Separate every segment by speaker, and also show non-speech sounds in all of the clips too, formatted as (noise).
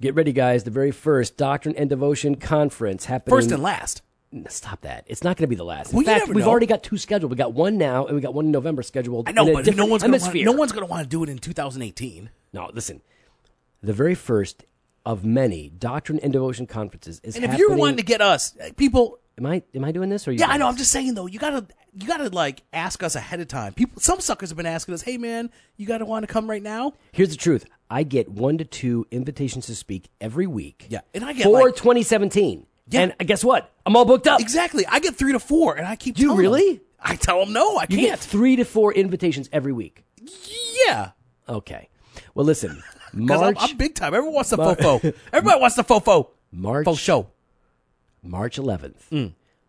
Speaker 1: Get ready, guys. The very first Doctrine and Devotion Conference happening.
Speaker 2: First and last.
Speaker 1: Stop that. It's not going to be the last. In
Speaker 2: Well, you
Speaker 1: fact,
Speaker 2: never
Speaker 1: we've
Speaker 2: know.
Speaker 1: already got two scheduled. We got one now, and we got one in November scheduled.
Speaker 2: I know,
Speaker 1: in a
Speaker 2: but no
Speaker 1: different
Speaker 2: one's gonna want,
Speaker 1: hemisphere.
Speaker 2: no one's going to want to do it in 2018.
Speaker 1: No, listen. The very first of many Doctrine and Devotion conferences is.
Speaker 2: And if you're
Speaker 1: happening-
Speaker 2: wanting to get us uh, people,
Speaker 1: am I am I doing this or you?
Speaker 2: yeah, I know. I'm just saying though, you gotta you gotta like ask us ahead of time. People, some suckers have been asking us, "Hey man, you gotta want to come right now."
Speaker 1: Here's the truth. I get one to two invitations to speak every week.
Speaker 2: Yeah, and I get,
Speaker 1: for
Speaker 2: like-
Speaker 1: 2017.
Speaker 2: Yeah.
Speaker 1: and guess what? I'm all booked up.
Speaker 2: Exactly. I get three to four, and I keep.
Speaker 1: You
Speaker 2: telling
Speaker 1: really?
Speaker 2: them. I tell them no, I
Speaker 1: You get
Speaker 2: can't.
Speaker 1: three to four invitations every week.
Speaker 2: Yeah,
Speaker 1: Okay. Well,
Speaker 2: (laughs)
Speaker 1: listen.
Speaker 2: because I'm,
Speaker 1: March
Speaker 2: I'm big time. Everyone wants the
Speaker 1: Mar- (laughs)
Speaker 2: fofo. Everybody wants the fofo.
Speaker 1: March
Speaker 2: Faux show. Mm.
Speaker 1: March 11th,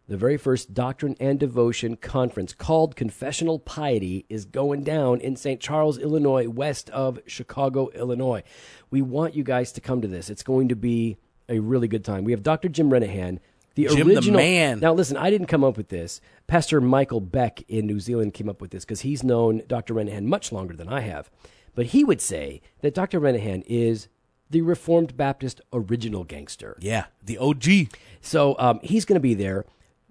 Speaker 1: the very first Doctrine and Devotion conference called Confessional Piety is going down in St. Charles, Illinois, west of Chicago, Illinois. We want you guys to come to this. It's going to be a really good time. We have Dr. Jim Renahan, the
Speaker 2: Jim the
Speaker 1: original
Speaker 2: man.
Speaker 1: Now listen, I didn't come up with this. Pastor Michael Beck in New Zealand came up with this because he's known Dr. Renahan much longer than I have. But he would say that Dr. Renahan is the Reformed Baptist original gangster.
Speaker 2: Yeah, the OG.
Speaker 1: So um, he's going to be there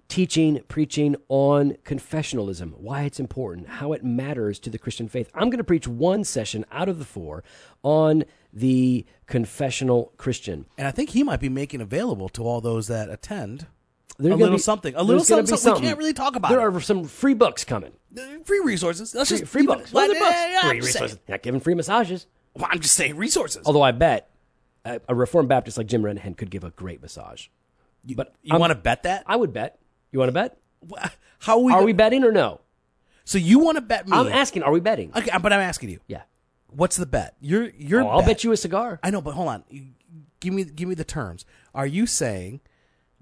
Speaker 1: teaching, preaching on confessionalism, why it's important, how it matters to the Christian faith. I'm going to preach one session out of the four on the confessional Christian.
Speaker 2: And I think he might be making available to all those that attend
Speaker 1: There's gonna
Speaker 2: a little
Speaker 1: be-
Speaker 2: something, a little
Speaker 1: there's gonna
Speaker 2: something,
Speaker 1: be
Speaker 2: something. We can't really talk about
Speaker 1: There
Speaker 2: it.
Speaker 1: are some free books coming.
Speaker 2: Uh, free resources. That's
Speaker 1: Free,
Speaker 2: just
Speaker 1: free
Speaker 2: even-
Speaker 1: books.
Speaker 2: Well,
Speaker 1: Other
Speaker 2: yeah,
Speaker 1: books.
Speaker 2: yeah, yeah, I'm
Speaker 1: free
Speaker 2: just saying-
Speaker 1: resources. Not giving free massages.
Speaker 2: Well, I'm just saying resources.
Speaker 1: Although I bet uh, a, a Reformed Baptist like Jim Renahan could give a great massage. but
Speaker 2: you
Speaker 1: I'm-
Speaker 2: want to bet that?
Speaker 1: I would bet. You want to bet?
Speaker 2: Wha- How we?
Speaker 1: Are
Speaker 2: go-
Speaker 1: we betting or no?
Speaker 2: So you want to bet me?
Speaker 1: I'm asking, are we betting?
Speaker 2: okay, but I'm asking you.
Speaker 1: Yeah.
Speaker 2: What's the bet? You're you're.
Speaker 1: Oh, I'll bet you a cigar.
Speaker 2: I know, but hold on. You- Give me give me the terms. Are you saying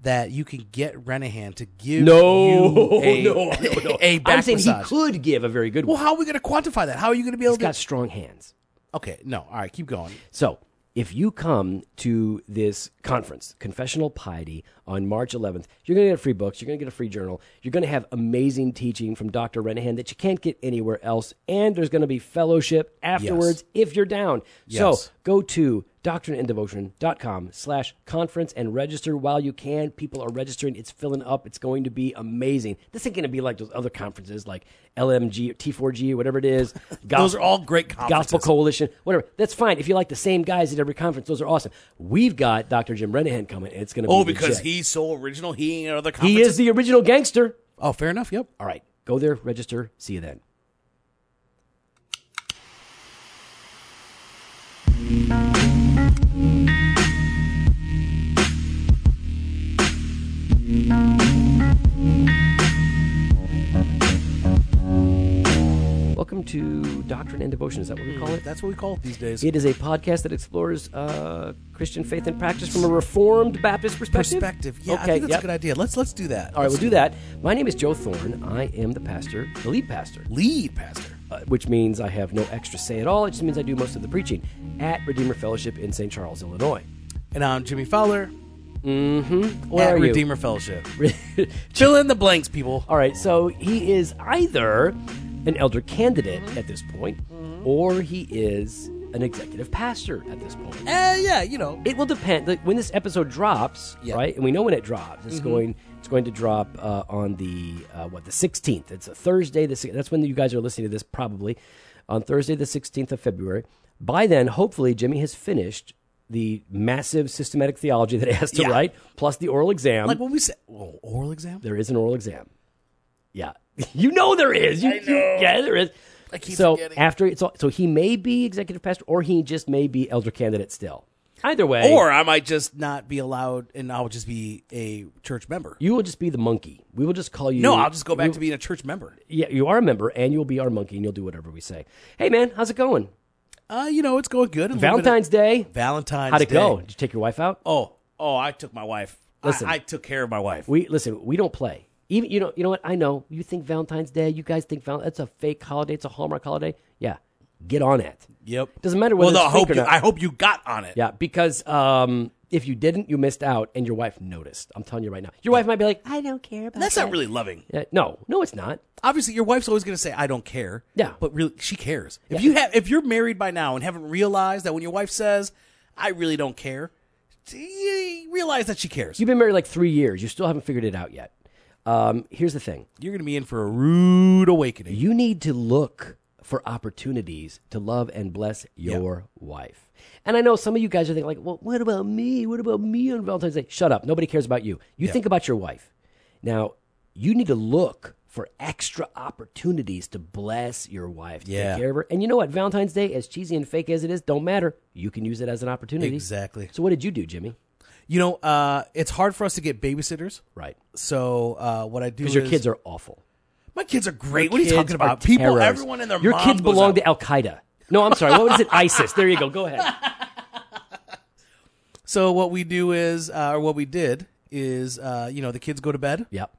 Speaker 2: that you can get Renahan to give
Speaker 1: (laughs) No,
Speaker 2: you a,
Speaker 1: no, no, no.
Speaker 2: a
Speaker 1: I'm
Speaker 2: back
Speaker 1: saying
Speaker 2: massage?
Speaker 1: he could give a very good
Speaker 2: Well,
Speaker 1: one.
Speaker 2: how are we going to quantify that? How are you going to be able
Speaker 1: He's got
Speaker 2: to?
Speaker 1: strong hands.
Speaker 2: Okay, no. All right, keep going.
Speaker 1: So if you come to this conference, Confessional Piety, on March 11th, you're going to get free books, you're going to get a free journal, you're going to have amazing teaching from Dr. Renahan that you can't get anywhere else, and there's going to be fellowship afterwards if you're down.
Speaker 2: Yes.
Speaker 1: So go to doctrineanddevotion.com slash conference and register while you can. People are registering. It's filling up. It's going to be amazing. This ain't going to be like those other conferences like LMG, or T4G, or whatever it is.
Speaker 2: (laughs) Those are all great
Speaker 1: Gospel
Speaker 2: conferences.
Speaker 1: Coalition, whatever. That's fine. If you like the same guys at every conference, those are awesome. We've got Dr. Jim Renahan coming, and it's going to be
Speaker 2: Oh, because
Speaker 1: legit.
Speaker 2: he's so original. He ain't at other
Speaker 1: He
Speaker 2: conferences.
Speaker 1: is the original gangster.
Speaker 2: Oh, fair enough. Yep.
Speaker 1: All right, go there, register. See you then. Welcome to Doctrine and Devotion. Is that what we call it?
Speaker 2: That's what we call it these days.
Speaker 1: It is a podcast that explores uh, Christian faith and practice from a Reformed Baptist perspective.
Speaker 2: Perspective. Yeah, I
Speaker 1: Okay,
Speaker 2: think that's
Speaker 1: yep.
Speaker 2: a good idea. Let's let's do that.
Speaker 1: All right, we'll do that. My name is Joe Thorne. I am the pastor, the lead pastor,
Speaker 2: Lead pastor.
Speaker 1: uh, which means I have no extra say at all. It just means I do most of the preaching at Redeemer Fellowship in St. Charles, Illinois.
Speaker 2: And I'm Jimmy
Speaker 1: Where
Speaker 2: Fowler at
Speaker 1: Mm-hmm. are you? (laughs)
Speaker 2: Redeemer Fellowship. Fill in the blanks, people.
Speaker 1: All right, so he is either an elder candidate at this point,
Speaker 2: Mm-hmm.
Speaker 1: or he is an executive pastor at this point.
Speaker 2: Eh, yeah, you know.
Speaker 1: it will depend like, when this episode drops
Speaker 2: Yeah. Mm-hmm.
Speaker 1: right and we know when it drops it's going it's going to drop uh, on the uh, what the 16th it's a thursday the, si- that's when you guys are listening to this probably on thursday the 16th of february by then hopefully jimmy has finished the massive systematic theology that he has to
Speaker 2: Yeah.
Speaker 1: write plus the oral exam
Speaker 2: Like what we said, well, oral exam.
Speaker 1: there is an oral exam yeah (laughs) you know there is you, you- yeah there is
Speaker 2: I keep
Speaker 1: so
Speaker 2: forgetting.
Speaker 1: after it's all, so he may be executive pastor or he just may be elder candidate still either way
Speaker 2: Or I might just not be allowed, and I will just be a church member.
Speaker 1: You will just be the monkey. We will just call you.
Speaker 2: no, I'll just go back to being a church member.
Speaker 1: Yeah, you are a member, and you'll be our monkey, and you'll do whatever we say. Hey, man, how's it going?
Speaker 2: Uh, you know, it's going good. A little bit of-
Speaker 1: Valentine's Day.
Speaker 2: Valentine's.
Speaker 1: How'd it
Speaker 2: Day.
Speaker 1: go? Did you take your wife out?
Speaker 2: Oh, oh, I took my wife.
Speaker 1: Listen.
Speaker 2: I, I took care of my wife.
Speaker 1: We listen. We don't play. Even you know. You know what? I know. You think Valentine's Day. You guys think Val- that's a fake holiday. It's a Hallmark holiday. Yeah, get on it.
Speaker 2: Yep.
Speaker 1: Doesn't matter
Speaker 2: Well,
Speaker 1: whether
Speaker 2: no, I
Speaker 1: it's fake
Speaker 2: hope
Speaker 1: or
Speaker 2: you,
Speaker 1: not.
Speaker 2: I hope you got on it.
Speaker 1: Yeah, because um, if you didn't, you missed out, and your wife noticed. I'm telling you right now. Your wife might be like, "I don't care about."
Speaker 2: That's
Speaker 1: that.
Speaker 2: not really loving.
Speaker 1: Yeah, no, no, it's not.
Speaker 2: Obviously, your wife's always going to say, "I don't care."
Speaker 1: Yeah.
Speaker 2: but really, she cares. If you have, if you're married by now and haven't realized that when your wife says, I really don't care. You realize that she cares.
Speaker 1: You've been married like three years. You still haven't figured it out yet. Um, here's the thing
Speaker 2: You're going to be in for a rude awakening.
Speaker 1: you need to look for opportunities to love and bless your wife. And I know some of you guys are thinking, like, well, what about me? What about me on Valentine's Day? Shut up. Nobody cares about you. You think about your wife. Now, you need to look for extra opportunities to bless your wife, to
Speaker 2: Yeah.
Speaker 1: take care of her. And you know what? Valentine's Day, as cheesy and fake as it is, don't matter. You can use it as an opportunity.
Speaker 2: Exactly.
Speaker 1: So, what did you do, Jimmy?
Speaker 2: You know, uh, it's hard for us to get babysitters.
Speaker 1: Right.
Speaker 2: So uh, what I do
Speaker 1: Because
Speaker 2: is
Speaker 1: your kids are awful.
Speaker 2: my kids are great. What are you
Speaker 1: Kids
Speaker 2: talking about?
Speaker 1: are
Speaker 2: People,
Speaker 1: terrors.
Speaker 2: everyone and their
Speaker 1: Your
Speaker 2: mom
Speaker 1: kids
Speaker 2: goes
Speaker 1: belong
Speaker 2: out.
Speaker 1: to Al Qaeda. No, I'm sorry. What was
Speaker 2: (laughs)
Speaker 1: it? ISIS. There you go. Go ahead.
Speaker 2: So what we do is, uh, or what we did is, uh, you know, the kids go to bed
Speaker 1: Yep.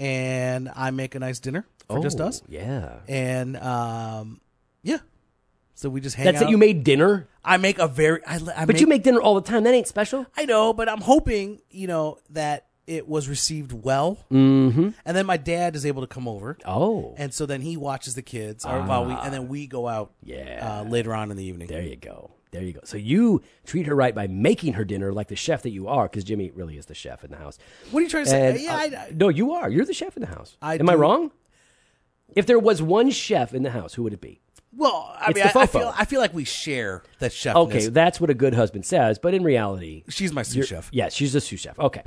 Speaker 2: and I make a nice dinner for just
Speaker 1: Oh,
Speaker 2: us,
Speaker 1: Yeah.
Speaker 2: and um, yeah. So we just hang
Speaker 1: That's
Speaker 2: out.
Speaker 1: it. You made dinner,
Speaker 2: I make a very. I, li- I
Speaker 1: but
Speaker 2: make,
Speaker 1: you make dinner all the time. That ain't special.
Speaker 2: I know, but I'm hoping you know that it was received well.
Speaker 1: Mm-hmm.
Speaker 2: And then my dad is able to come over,
Speaker 1: Oh,
Speaker 2: and so then he watches the kids, or while we, and then we go out
Speaker 1: Ah, Yeah.
Speaker 2: uh, later on in the evening.
Speaker 1: there you go. There you go. So you treat her right by making her dinner like the chef that you are, because Jimmy really is the chef in the house.
Speaker 2: What are you trying to say?
Speaker 1: And,
Speaker 2: yeah,
Speaker 1: uh,
Speaker 2: I, I,
Speaker 1: no, you are. You're the chef in the house.
Speaker 2: I
Speaker 1: Am I
Speaker 2: do-
Speaker 1: wrong? If there was one chef in the house, who would it be?
Speaker 2: well, I
Speaker 1: it's
Speaker 2: mean, I,
Speaker 1: the
Speaker 2: I
Speaker 1: fofo.
Speaker 2: feel I feel like we share that chefness.
Speaker 1: Okay, that's what a good husband says, but in reality,
Speaker 2: she's my sous chef.
Speaker 1: Yeah, she's a sous chef. Okay,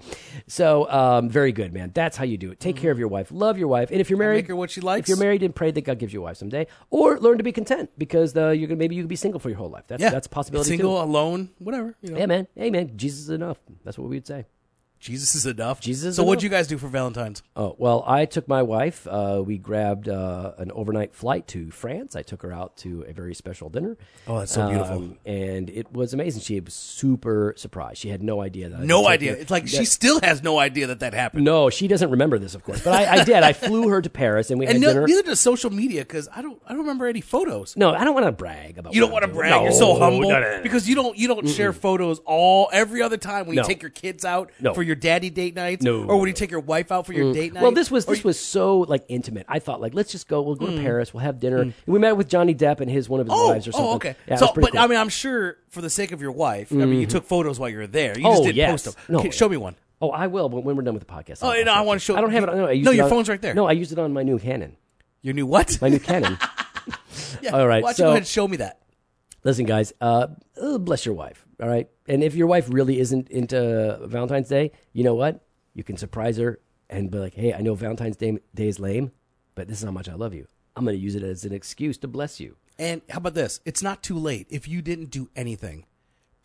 Speaker 1: so um, very good, man. That's how you do it. Take care of your wife, love your wife, and if you're married,
Speaker 2: Mm-hmm. Make her what she likes.
Speaker 1: If you're married, and pray that God gives you a wife someday, or learn to be content because uh, you're gonna maybe you can be single for your whole life. That's
Speaker 2: yeah,
Speaker 1: that's a possibility
Speaker 2: Single,
Speaker 1: too.
Speaker 2: alone, whatever. You know.
Speaker 1: Yeah, man. Hey, man. Jesus is enough. That's what we would say.
Speaker 2: Jesus is enough.
Speaker 1: Jesus is
Speaker 2: So, what'd
Speaker 1: enough.
Speaker 2: you guys do for Valentine's?
Speaker 1: Oh well, I took my wife. Uh, we grabbed uh, an overnight flight to France. I took her out to a very special dinner.
Speaker 2: Oh, that's so beautiful.
Speaker 1: Um, and it was amazing. She was super surprised. She had no idea that. I
Speaker 2: No
Speaker 1: had
Speaker 2: idea.
Speaker 1: taken her-
Speaker 2: It's like she still has no idea that that happened.
Speaker 1: No, she doesn't remember this, of course. But I, I
Speaker 2: (laughs)
Speaker 1: did. I flew her to Paris, and we had
Speaker 2: And no,
Speaker 1: dinner.
Speaker 2: neither does social media because I don't. I don't remember any photos.
Speaker 1: No, I don't want to brag about.
Speaker 2: You don't
Speaker 1: what
Speaker 2: want
Speaker 1: I'm
Speaker 2: to
Speaker 1: doing.
Speaker 2: brag. You're so
Speaker 1: No,
Speaker 2: humble
Speaker 1: no, no, no.
Speaker 2: because you don't. You don't share photos all every other time when you
Speaker 1: No.
Speaker 2: take your kids out
Speaker 1: No.
Speaker 2: for your daddy date nights,
Speaker 1: No. Mm.
Speaker 2: or when you take your wife out for your date night.
Speaker 1: Well, this was
Speaker 2: or
Speaker 1: this was so like intimate. I thought like let's just go. We'll go to Paris. We'll have dinner. And we met with Johnny Depp and his one of his
Speaker 2: Hmm. Oh,
Speaker 1: wives or something.
Speaker 2: oh, okay.
Speaker 1: Yeah, it
Speaker 2: so,
Speaker 1: was pretty
Speaker 2: but
Speaker 1: cool. Mm-hmm.
Speaker 2: I mean, I'm sure for the sake of your wife, I mean, you took photos while you were there. You
Speaker 1: Oh,
Speaker 2: just didn't
Speaker 1: yes.
Speaker 2: post them.
Speaker 1: No.
Speaker 2: Okay, show me one.
Speaker 1: oh, I will when, when we're done with the podcast.
Speaker 2: Oh,
Speaker 1: I'll-
Speaker 2: no,
Speaker 1: I'll
Speaker 2: I wanna show-
Speaker 1: I don't have it. on- No, I used
Speaker 2: No,
Speaker 1: it
Speaker 2: your
Speaker 1: on-
Speaker 2: phone's right there.
Speaker 1: No, I used it on my new Canon.
Speaker 2: Your new what?
Speaker 1: My new Canon.
Speaker 2: (laughs) yeah.
Speaker 1: all right,
Speaker 2: Why don't
Speaker 1: so-
Speaker 2: you go ahead and show me that?
Speaker 1: Listen, guys. Uh, uh, bless your wife. All right, and if your wife really isn't into Valentine's Day, you know what? You can surprise her and be like, "Hey, I know Valentine's Day, Day is lame, but this is how much I love you. I'm going to use it as an excuse to bless you."
Speaker 2: And how about this? It's not too late. If you didn't do anything,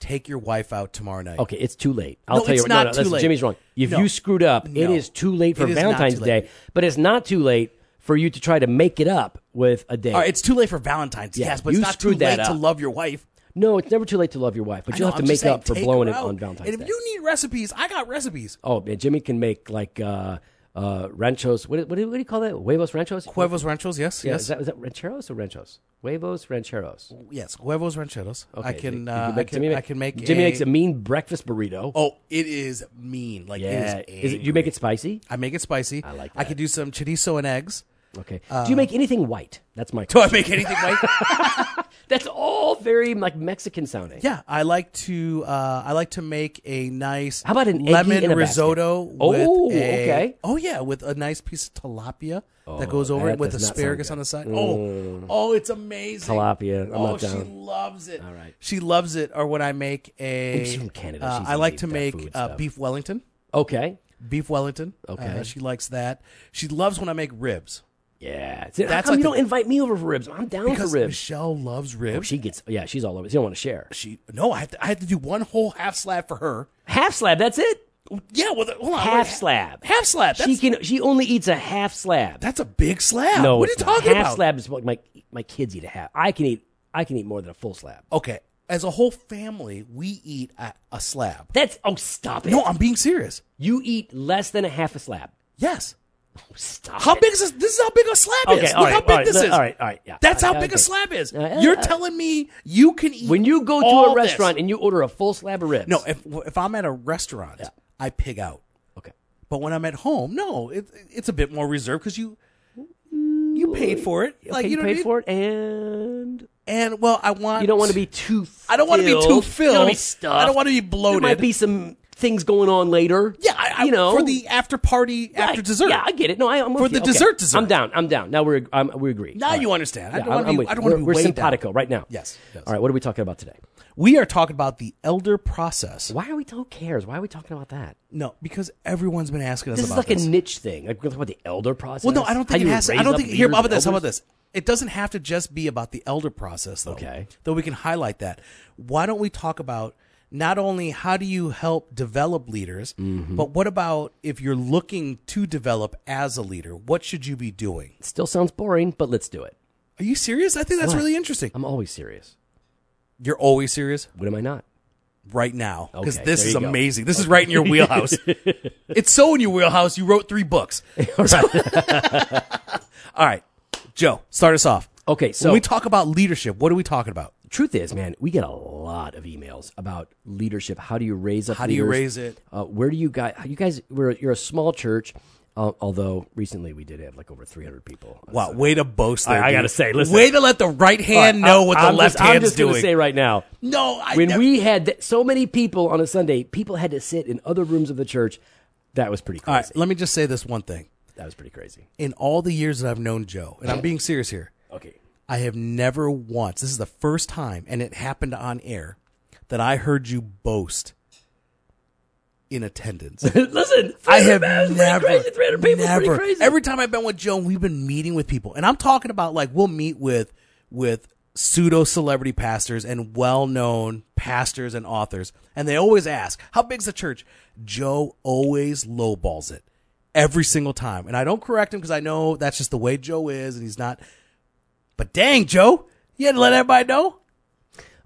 Speaker 2: take your wife out tomorrow night.
Speaker 1: Okay, it's too late. I'll
Speaker 2: No,
Speaker 1: tell you.
Speaker 2: it's
Speaker 1: what-
Speaker 2: not
Speaker 1: no, no,
Speaker 2: too
Speaker 1: listen,
Speaker 2: late.
Speaker 1: Jimmy's wrong. If
Speaker 2: No.
Speaker 1: you screwed up, it
Speaker 2: No.
Speaker 1: is too late for
Speaker 2: It is not too
Speaker 1: Valentine's
Speaker 2: late.
Speaker 1: Day. But it's not too late for you to try to make it up with a date.
Speaker 2: All right, it's too late for Valentine's. yes, but
Speaker 1: you
Speaker 2: it's not too
Speaker 1: screwed that
Speaker 2: late to
Speaker 1: up.
Speaker 2: love your wife.
Speaker 1: No, it's never too late to love your wife, but you'll
Speaker 2: No,
Speaker 1: have to
Speaker 2: I'm
Speaker 1: make
Speaker 2: just saying,
Speaker 1: up for
Speaker 2: take
Speaker 1: blowing
Speaker 2: her
Speaker 1: it on
Speaker 2: out.
Speaker 1: Valentine's
Speaker 2: And
Speaker 1: Day.
Speaker 2: if you need recipes, I got recipes.
Speaker 1: oh man, Jimmy can make like uh, uh, ranchos. What, what, do- what do you call that? Huevos ranchos.
Speaker 2: Huevos Ranchos, yes,
Speaker 1: Yeah, Is
Speaker 2: yes,
Speaker 1: that, is that rancheros or ranchos? Huevos rancheros.
Speaker 2: yes. Huevos Rancheros. I
Speaker 1: Okay,
Speaker 2: can,
Speaker 1: so you
Speaker 2: uh, I
Speaker 1: make-
Speaker 2: can,
Speaker 1: Jimmy
Speaker 2: I can make.
Speaker 1: Jimmy
Speaker 2: a,
Speaker 1: makes a mean breakfast burrito.
Speaker 2: Oh, it is mean. Like
Speaker 1: yeah,
Speaker 2: it is.
Speaker 1: Is it- you
Speaker 2: angry.
Speaker 1: make it spicy.
Speaker 2: I make it spicy. I
Speaker 1: like
Speaker 2: I could do some chorizo and eggs. (laughs)
Speaker 1: Okay. do
Speaker 2: Uh,
Speaker 1: you make anything white? That's my.
Speaker 2: Do I make anything white?
Speaker 1: (laughs) That's all very like Mexican sounding.
Speaker 2: yeah, I like to. Uh, I like to make a nice.
Speaker 1: How about an eggy
Speaker 2: lemon
Speaker 1: in a
Speaker 2: risotto?
Speaker 1: basket?
Speaker 2: with
Speaker 1: Oh,
Speaker 2: a-
Speaker 1: okay. Oh,
Speaker 2: Oh yeah, with a nice piece of tilapia that goes over
Speaker 1: that
Speaker 2: it with
Speaker 1: does not sound
Speaker 2: asparagus
Speaker 1: good. Mm.
Speaker 2: on the side. Oh, oh, it's amazing.
Speaker 1: Tilapia. I'm
Speaker 2: oh,
Speaker 1: not
Speaker 2: she
Speaker 1: down.
Speaker 2: loves it. All
Speaker 1: right.
Speaker 2: she loves it. Or when I make a.
Speaker 1: She's from Canada.
Speaker 2: uh,
Speaker 1: She's
Speaker 2: I like
Speaker 1: into
Speaker 2: to
Speaker 1: that
Speaker 2: make
Speaker 1: food
Speaker 2: uh,
Speaker 1: stuff.
Speaker 2: beef Wellington.
Speaker 1: Okay.
Speaker 2: Beef Wellington.
Speaker 1: Okay.
Speaker 2: Uh, she likes that. She loves when I make ribs.
Speaker 1: Yeah. See, How
Speaker 2: That's
Speaker 1: come
Speaker 2: like
Speaker 1: you
Speaker 2: the-
Speaker 1: don't invite me over for ribs? I'm down
Speaker 2: Because
Speaker 1: for ribs. Oh,
Speaker 2: Michelle loves ribs.
Speaker 1: She gets. Yeah, she's all over. She don't want to share.
Speaker 2: She no, I have to, I have to do one whole half slab for her.
Speaker 1: Half slab. That's it.
Speaker 2: Yeah, well, the- hold on,
Speaker 1: Half
Speaker 2: Oh, wait,
Speaker 1: slab.
Speaker 2: half slab. That's
Speaker 1: she can. She only eats a half slab.
Speaker 2: that's a big slab.
Speaker 1: no,
Speaker 2: what are you
Speaker 1: it's not.
Speaker 2: talking
Speaker 1: half
Speaker 2: about?
Speaker 1: slab is what my my kids eat a half. I can eat. I can eat more than a full slab.
Speaker 2: Okay, as a whole family, we eat a, a slab.
Speaker 1: That's. Oh, stop it.
Speaker 2: No, I'm being serious.
Speaker 1: You eat less than a half a slab.
Speaker 2: Yes.
Speaker 1: Oh, stop.
Speaker 2: How
Speaker 1: it.
Speaker 2: big is this? This is how big a slab
Speaker 1: Okay,
Speaker 2: is.
Speaker 1: all
Speaker 2: Look
Speaker 1: right,
Speaker 2: how
Speaker 1: all
Speaker 2: big
Speaker 1: right,
Speaker 2: this
Speaker 1: look,
Speaker 2: is.
Speaker 1: all right, all right, yeah.
Speaker 2: That's how
Speaker 1: Okay.
Speaker 2: big a slab is.
Speaker 1: Uh,
Speaker 2: You're
Speaker 1: uh,
Speaker 2: telling me you can eat
Speaker 1: When you go to
Speaker 2: all
Speaker 1: a
Speaker 2: this.
Speaker 1: restaurant and you order a full slab of ribs.
Speaker 2: No, if if I'm at a restaurant, I pig out.
Speaker 1: Okay.
Speaker 2: But when I'm at home, no, it, it's a bit more reserved because you you paid for it. Like
Speaker 1: okay,
Speaker 2: you
Speaker 1: you
Speaker 2: know what I
Speaker 1: paid
Speaker 2: mean?
Speaker 1: for it, and
Speaker 2: And well, I want
Speaker 1: You don't want to be too.
Speaker 2: I don't want to be too
Speaker 1: You
Speaker 2: filled.
Speaker 1: don't want to be stuffed.
Speaker 2: I don't want to be bloated.
Speaker 1: There might be some things going on later.
Speaker 2: yeah, I, I,
Speaker 1: you know
Speaker 2: for the after party after
Speaker 1: Right.
Speaker 2: dessert.
Speaker 1: Yeah, I get it. No, I, am
Speaker 2: For the dessert dessert.
Speaker 1: I'm down. I'm down. Now we're I'm, we agree.
Speaker 2: now you understand. I
Speaker 1: Yeah,
Speaker 2: don't
Speaker 1: I'm-
Speaker 2: want to
Speaker 1: I'm
Speaker 2: be.
Speaker 1: with
Speaker 2: I
Speaker 1: you.
Speaker 2: don't want to
Speaker 1: We're-
Speaker 2: be
Speaker 1: We're
Speaker 2: weighed
Speaker 1: simpatico
Speaker 2: down.
Speaker 1: right now.
Speaker 2: Yes, yes.
Speaker 1: All right. What are we talking about today?
Speaker 2: We are talking about the elder process.
Speaker 1: Why are we? Who cares? Why are we talking about that?
Speaker 2: No, because everyone's been asking us
Speaker 1: This is
Speaker 2: about
Speaker 1: like
Speaker 2: this.
Speaker 1: a niche thing. Like we're talking about the elder process.
Speaker 2: Well, no, I don't
Speaker 1: How
Speaker 2: think it
Speaker 1: you
Speaker 2: has. To, I
Speaker 1: raise
Speaker 2: don't
Speaker 1: up
Speaker 2: think. Here,
Speaker 1: leaders
Speaker 2: how about
Speaker 1: and
Speaker 2: this? How about
Speaker 1: elders?
Speaker 2: this? It doesn't have to just be about the elder process, though.
Speaker 1: Okay.
Speaker 2: Though we can highlight that. Why don't we talk about not only how do you help develop leaders,
Speaker 1: Mm-hmm.
Speaker 2: but what about if you're looking to develop as a leader? What should you be doing?
Speaker 1: Still sounds boring, but let's do it.
Speaker 2: Are you serious? I think that's
Speaker 1: What?
Speaker 2: really interesting.
Speaker 1: I'm always serious.
Speaker 2: You're always serious
Speaker 1: What am I not?
Speaker 2: right now because
Speaker 1: Okay,
Speaker 2: this
Speaker 1: there
Speaker 2: is
Speaker 1: you go.
Speaker 2: amazing. This is right in your
Speaker 1: (laughs)
Speaker 2: wheelhouse. it's so in your wheelhouse. You wrote three books. (laughs) All right, Joe, start us off.
Speaker 1: Okay, Oh, so
Speaker 2: when we talk about leadership, what are we talking about?
Speaker 1: truth is, man, we get a lot of emails about leadership. How do you raise up?
Speaker 2: How do you
Speaker 1: leaders?
Speaker 2: raise it?
Speaker 1: Uh, where do you guys? You guys, we're, you're a small church. Uh, although recently we did have like over 300 people.
Speaker 2: Wow, way to boast there.
Speaker 1: I- I
Speaker 2: dude.
Speaker 1: gotta say, listen.
Speaker 2: way to let the right hand know what the
Speaker 1: I'm
Speaker 2: left
Speaker 1: just, I'm
Speaker 2: hand's
Speaker 1: just gonna
Speaker 2: doing.
Speaker 1: say right now,
Speaker 2: no, I,
Speaker 1: when
Speaker 2: ne-
Speaker 1: we had th- so many people on a Sunday, people had to sit in other rooms of the church. That was pretty
Speaker 2: all
Speaker 1: crazy.
Speaker 2: right, let me just say this one thing.
Speaker 1: That was pretty crazy.
Speaker 2: In all the years that I've known Joe, and I'm being serious here, (laughs)
Speaker 1: Okay.
Speaker 2: I have never once. This is the first time, and it happened on air, that I heard you boast in attendance.
Speaker 1: Listen,
Speaker 2: I have
Speaker 1: man, it's pretty
Speaker 2: never,
Speaker 1: crazy. 300 people is pretty
Speaker 2: never.
Speaker 1: crazy.
Speaker 2: Every time I've been with Joan, we've been meeting with people, and I'm talking about like we'll meet with with pseudo celebrity pastors and well known pastors and authors, and they always ask, "How big's the church?" Joe always lowballs it every single time, and I don't correct him because I know that's just the way Joe is, and he's not. But dang, Joe, you had to let everybody know.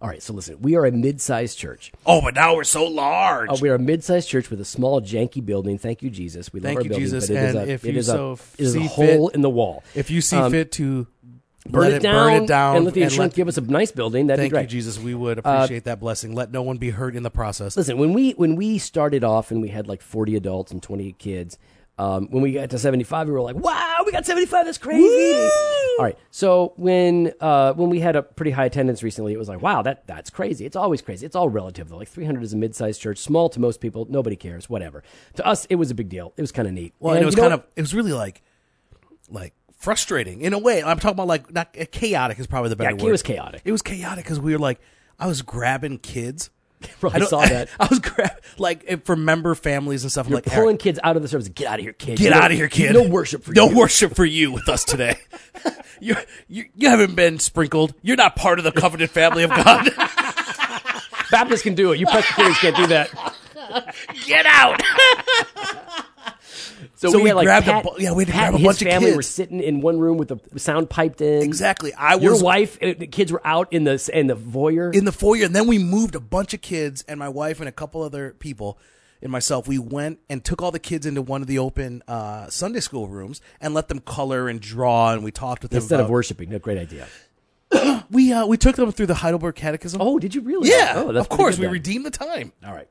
Speaker 1: All right, so listen, we are a mid-sized church.
Speaker 2: Oh, but now we're so large.
Speaker 1: Uh, we are a mid-sized church with a small, janky building. Thank you, Jesus. We
Speaker 2: Thank
Speaker 1: love our
Speaker 2: you,
Speaker 1: building,
Speaker 2: Jesus,
Speaker 1: but it is
Speaker 2: and
Speaker 1: a,
Speaker 2: if
Speaker 1: it
Speaker 2: you
Speaker 1: is a-
Speaker 2: so
Speaker 1: it is a
Speaker 2: see
Speaker 1: hole in the wall.
Speaker 2: if you see fit to
Speaker 1: Um, burn
Speaker 2: let
Speaker 1: it, down,
Speaker 2: burn it down,
Speaker 1: and let the
Speaker 2: and
Speaker 1: insurance
Speaker 2: let-
Speaker 1: give us a nice building, that'd
Speaker 2: Thank
Speaker 1: be great. Uh,
Speaker 2: you, Jesus. We would appreciate that blessing. Let no one be hurt in the process.
Speaker 1: Listen, when we when we started off and we had like 40 adults and 20 kids, um, when we got to 75, we were like, "Wow, we got 75! That's crazy!" All right. So when uh, when we had a pretty high attendance recently, it was like, "Wow, that that's crazy." It's always crazy. It's all relative though. Like 300 is a mid-sized church, small to most people. Nobody cares. Whatever. To us, it was a big deal. It was kind of neat.
Speaker 2: Well, and
Speaker 1: And
Speaker 2: it was
Speaker 1: you know
Speaker 2: kind of it was really like like frustrating in a way. I'm talking about like not uh, chaotic is probably the better
Speaker 1: Yeah, it
Speaker 2: word.
Speaker 1: was chaotic. (laughs)
Speaker 2: It was chaotic because we were like I was grabbing kids.
Speaker 1: Bro, I
Speaker 2: don't- (laughs)
Speaker 1: saw that.
Speaker 2: I was grab like if- for member families and stuff. I'm like
Speaker 1: Pulling
Speaker 2: "Eric,
Speaker 1: kids out of the service. Get out of here, kid.
Speaker 2: Get
Speaker 1: You know,
Speaker 2: out of here, kid.
Speaker 1: No worship for
Speaker 2: no
Speaker 1: you.
Speaker 2: worship for you with us today. (laughs) you, you you haven't been sprinkled. You're not part of the covenant family
Speaker 1: (laughs)
Speaker 2: of God.
Speaker 1: Baptists can do it. You Presbyterians can't do that.
Speaker 2: Get out.
Speaker 1: So,
Speaker 2: So
Speaker 1: we,
Speaker 2: we
Speaker 1: had like
Speaker 2: grabbed a
Speaker 1: Pat,
Speaker 2: bu- yeah, we'd
Speaker 1: Pat
Speaker 2: grab a
Speaker 1: and his
Speaker 2: bunch of
Speaker 1: family
Speaker 2: kids.
Speaker 1: were sitting in one room with the sound piped in.
Speaker 2: Exactly. I
Speaker 1: Your
Speaker 2: was
Speaker 1: wife, uh, the kids were out in the in the voyeur.
Speaker 2: in the foyer. And then we moved a bunch of kids and my wife and a couple other people and myself. We went and took all the kids into one of the open uh, Sunday school rooms and let them color and draw. And we talked with them.
Speaker 1: Instead
Speaker 2: about,
Speaker 1: of worshiping, no great idea.
Speaker 2: we uh, we took them through the Heidelberg Catechism.
Speaker 1: Oh, did you really?
Speaker 2: yeah,
Speaker 1: oh, that's
Speaker 2: of course. We
Speaker 1: pretty good then.
Speaker 2: redeemed the time.
Speaker 1: All right.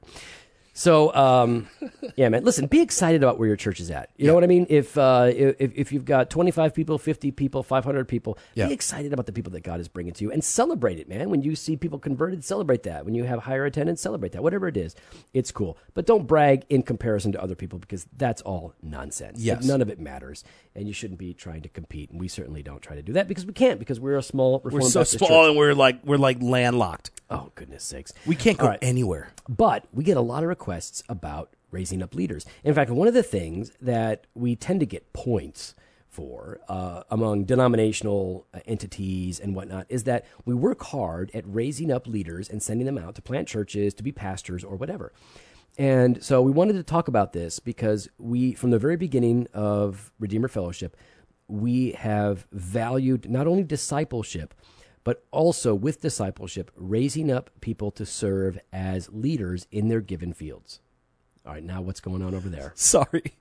Speaker 1: So, um, yeah, man. Listen, be excited about where your church is at. You know what I mean? If uh, if if you've got twenty five people, fifty people, five hundred people,
Speaker 2: Yeah.
Speaker 1: be excited about the people that God is bringing to you, and celebrate it, man. When you see people converted, celebrate that. When you have higher attendance, celebrate that. Whatever it is, it's cool. But don't brag in comparison to other people because that's all nonsense. Like,
Speaker 2: Yes.
Speaker 1: none of it matters, and you shouldn't be trying to compete. And we certainly don't try to do that because we can't because we're a small
Speaker 2: We're
Speaker 1: reformed
Speaker 2: so
Speaker 1: Baptist
Speaker 2: small
Speaker 1: church.
Speaker 2: and we're like we're like landlocked.
Speaker 1: Oh goodness sakes!
Speaker 2: We can't go
Speaker 1: All right.
Speaker 2: anywhere.
Speaker 1: But we get a lot of requests about raising up leaders. In fact, one of the things that we tend to get points for uh, among denominational uh, entities and whatnot is that we work hard at raising up leaders and sending them out to plant churches, to be pastors, or whatever. And so we wanted to talk about this because we, from the very beginning of Redeemer Fellowship, we have valued not only discipleship, but also with discipleship, raising up people to serve as leaders in their given fields. All right, now what's going on over there?
Speaker 2: Sorry.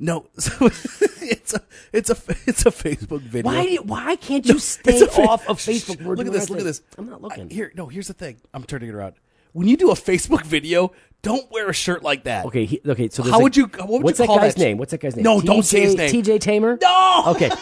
Speaker 2: No, (laughs) so it's a it's a it's a Facebook video.
Speaker 1: Why, do you- why can't you stay
Speaker 2: It's a fa-
Speaker 1: off of Facebook? We're
Speaker 2: look
Speaker 1: doing our
Speaker 2: at this. Look
Speaker 1: thing.
Speaker 2: at this.
Speaker 1: I'm not
Speaker 2: I-
Speaker 1: looking.
Speaker 2: here, no. Here's the thing. I'm turning it around. When you do a Facebook video, don't wear a shirt like that.
Speaker 1: Okay, he, okay. So there's
Speaker 2: How
Speaker 1: a-
Speaker 2: would you- what would you
Speaker 1: what's
Speaker 2: call
Speaker 1: that guy's
Speaker 2: that?
Speaker 1: name? What's that guy's name?
Speaker 2: No, don't say his name. (laughs)
Speaker 1: TJ Tamer.
Speaker 2: No!
Speaker 1: Okay.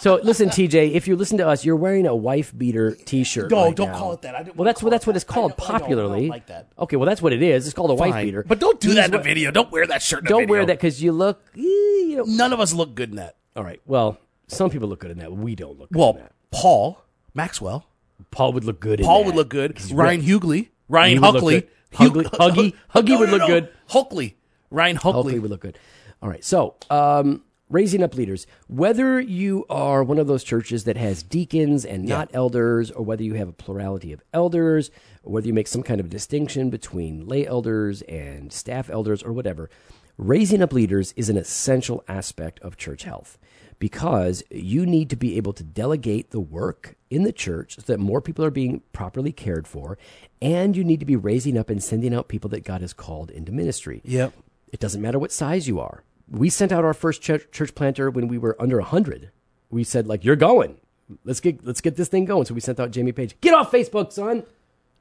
Speaker 1: So listen, TJ, if you listen to us, you're wearing a wife beater T-shirt.
Speaker 2: No,
Speaker 1: right
Speaker 2: don't
Speaker 1: now.
Speaker 2: call it that. I didn't
Speaker 1: well,
Speaker 2: wanna
Speaker 1: that's
Speaker 2: call
Speaker 1: what that's
Speaker 2: it
Speaker 1: what
Speaker 2: that.
Speaker 1: it's called
Speaker 2: I don't- I don't- I don't
Speaker 1: popularly.
Speaker 2: like that.
Speaker 1: Okay, well that's what it is. It's called a wife
Speaker 2: Fine.
Speaker 1: beater.
Speaker 2: But don't do
Speaker 1: He's
Speaker 2: that in a
Speaker 1: we-
Speaker 2: video. Don't wear that shirt. In
Speaker 1: Don't
Speaker 2: a video.
Speaker 1: wear that because you look. eh, You know.
Speaker 2: None of us look good in that.
Speaker 1: All right. Well, some people look good in that. We don't look. good
Speaker 2: Well,
Speaker 1: in that.
Speaker 2: Paul Maxwell.
Speaker 1: Paul would look good. in
Speaker 2: Paul
Speaker 1: that.
Speaker 2: would look good. Ryan Hugley. Ryan
Speaker 1: He would look
Speaker 2: Huckley.
Speaker 1: good. Hugly- Huggy- Huggy
Speaker 2: (laughs) No,
Speaker 1: would
Speaker 2: no,
Speaker 1: look
Speaker 2: no.
Speaker 1: good.
Speaker 2: Huckley. Ryan Huckley.
Speaker 1: Hopefully, we look good. All right. So, um, raising up leaders. Whether you are one of those churches that has deacons and not elders, or whether you have a plurality of elders, or whether you make some kind of distinction between lay elders and staff elders, or whatever, raising up leaders is an essential aspect of church health because you need to be able to delegate the work in the church so that more people are being properly cared for and you need to be raising up and sending out people that God has called into ministry.
Speaker 2: Yep.
Speaker 1: It doesn't matter what size you are. We sent out our first church, church planter when we were under 100. We said like, "You're going. Let's get let's get this thing going." So we sent out Jamie Page. Get off Facebook, son.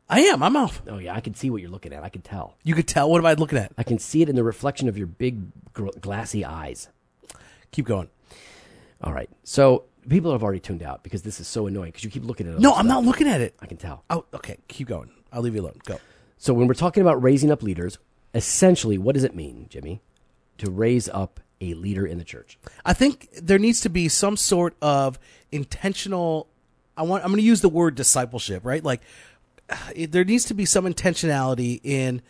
Speaker 2: I am. I'm off.
Speaker 1: Oh yeah, I can see what you're looking at. I can tell.
Speaker 2: You could tell. What am I looking at?
Speaker 1: I can see it in the reflection of your big gr- glassy eyes.
Speaker 2: Keep going.
Speaker 1: All right. So people have already tuned out because this is so annoying because you keep looking at it.
Speaker 2: No, I'm not looking at it.
Speaker 1: I can tell.
Speaker 2: Oh, okay. Keep going. I'll leave you alone. Go.
Speaker 1: So when we're talking about raising up leaders, essentially, what does it mean, Jimmy, to raise up a leader in the church?
Speaker 2: I think there needs to be some sort of intentional. I want. I'm going to use the word discipleship, right? Like, (sighs) it, there needs to be some intentionality in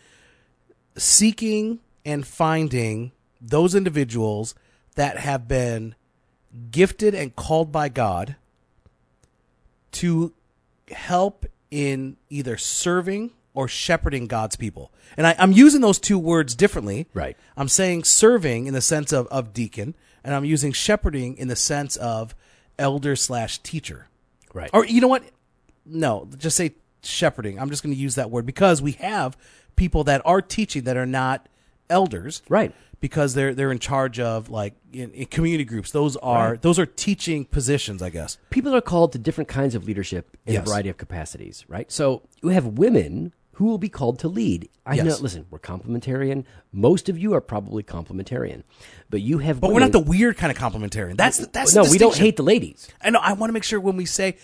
Speaker 2: seeking and finding those individuals that have been gifted and called by God to help in either serving or shepherding God's people. And I, I'm using those two words differently.
Speaker 1: Right.
Speaker 2: I'm saying serving in the sense of, of deacon, and I'm using shepherding in the sense of elder slash teacher.
Speaker 1: Right.
Speaker 2: Or you know what? No, just say shepherding. I'm just going to use that word because we have people that are teaching that are not elders,
Speaker 1: Right.
Speaker 2: Because they're they're in charge of like in, in community groups. Those are those are teaching positions, I guess.
Speaker 1: people are called to different kinds of leadership in
Speaker 2: Yes.
Speaker 1: a variety of capacities, right? So you have women who will be called to lead. I know,
Speaker 2: Yes.
Speaker 1: listen, we're complementarian. Most of you are probably complementarian, but you have.
Speaker 2: But we're not the weird kind of complementarian. That's the- that's
Speaker 1: no,
Speaker 2: the
Speaker 1: we don't
Speaker 2: distinction.
Speaker 1: hate the ladies.
Speaker 2: I know. I want to make sure when we say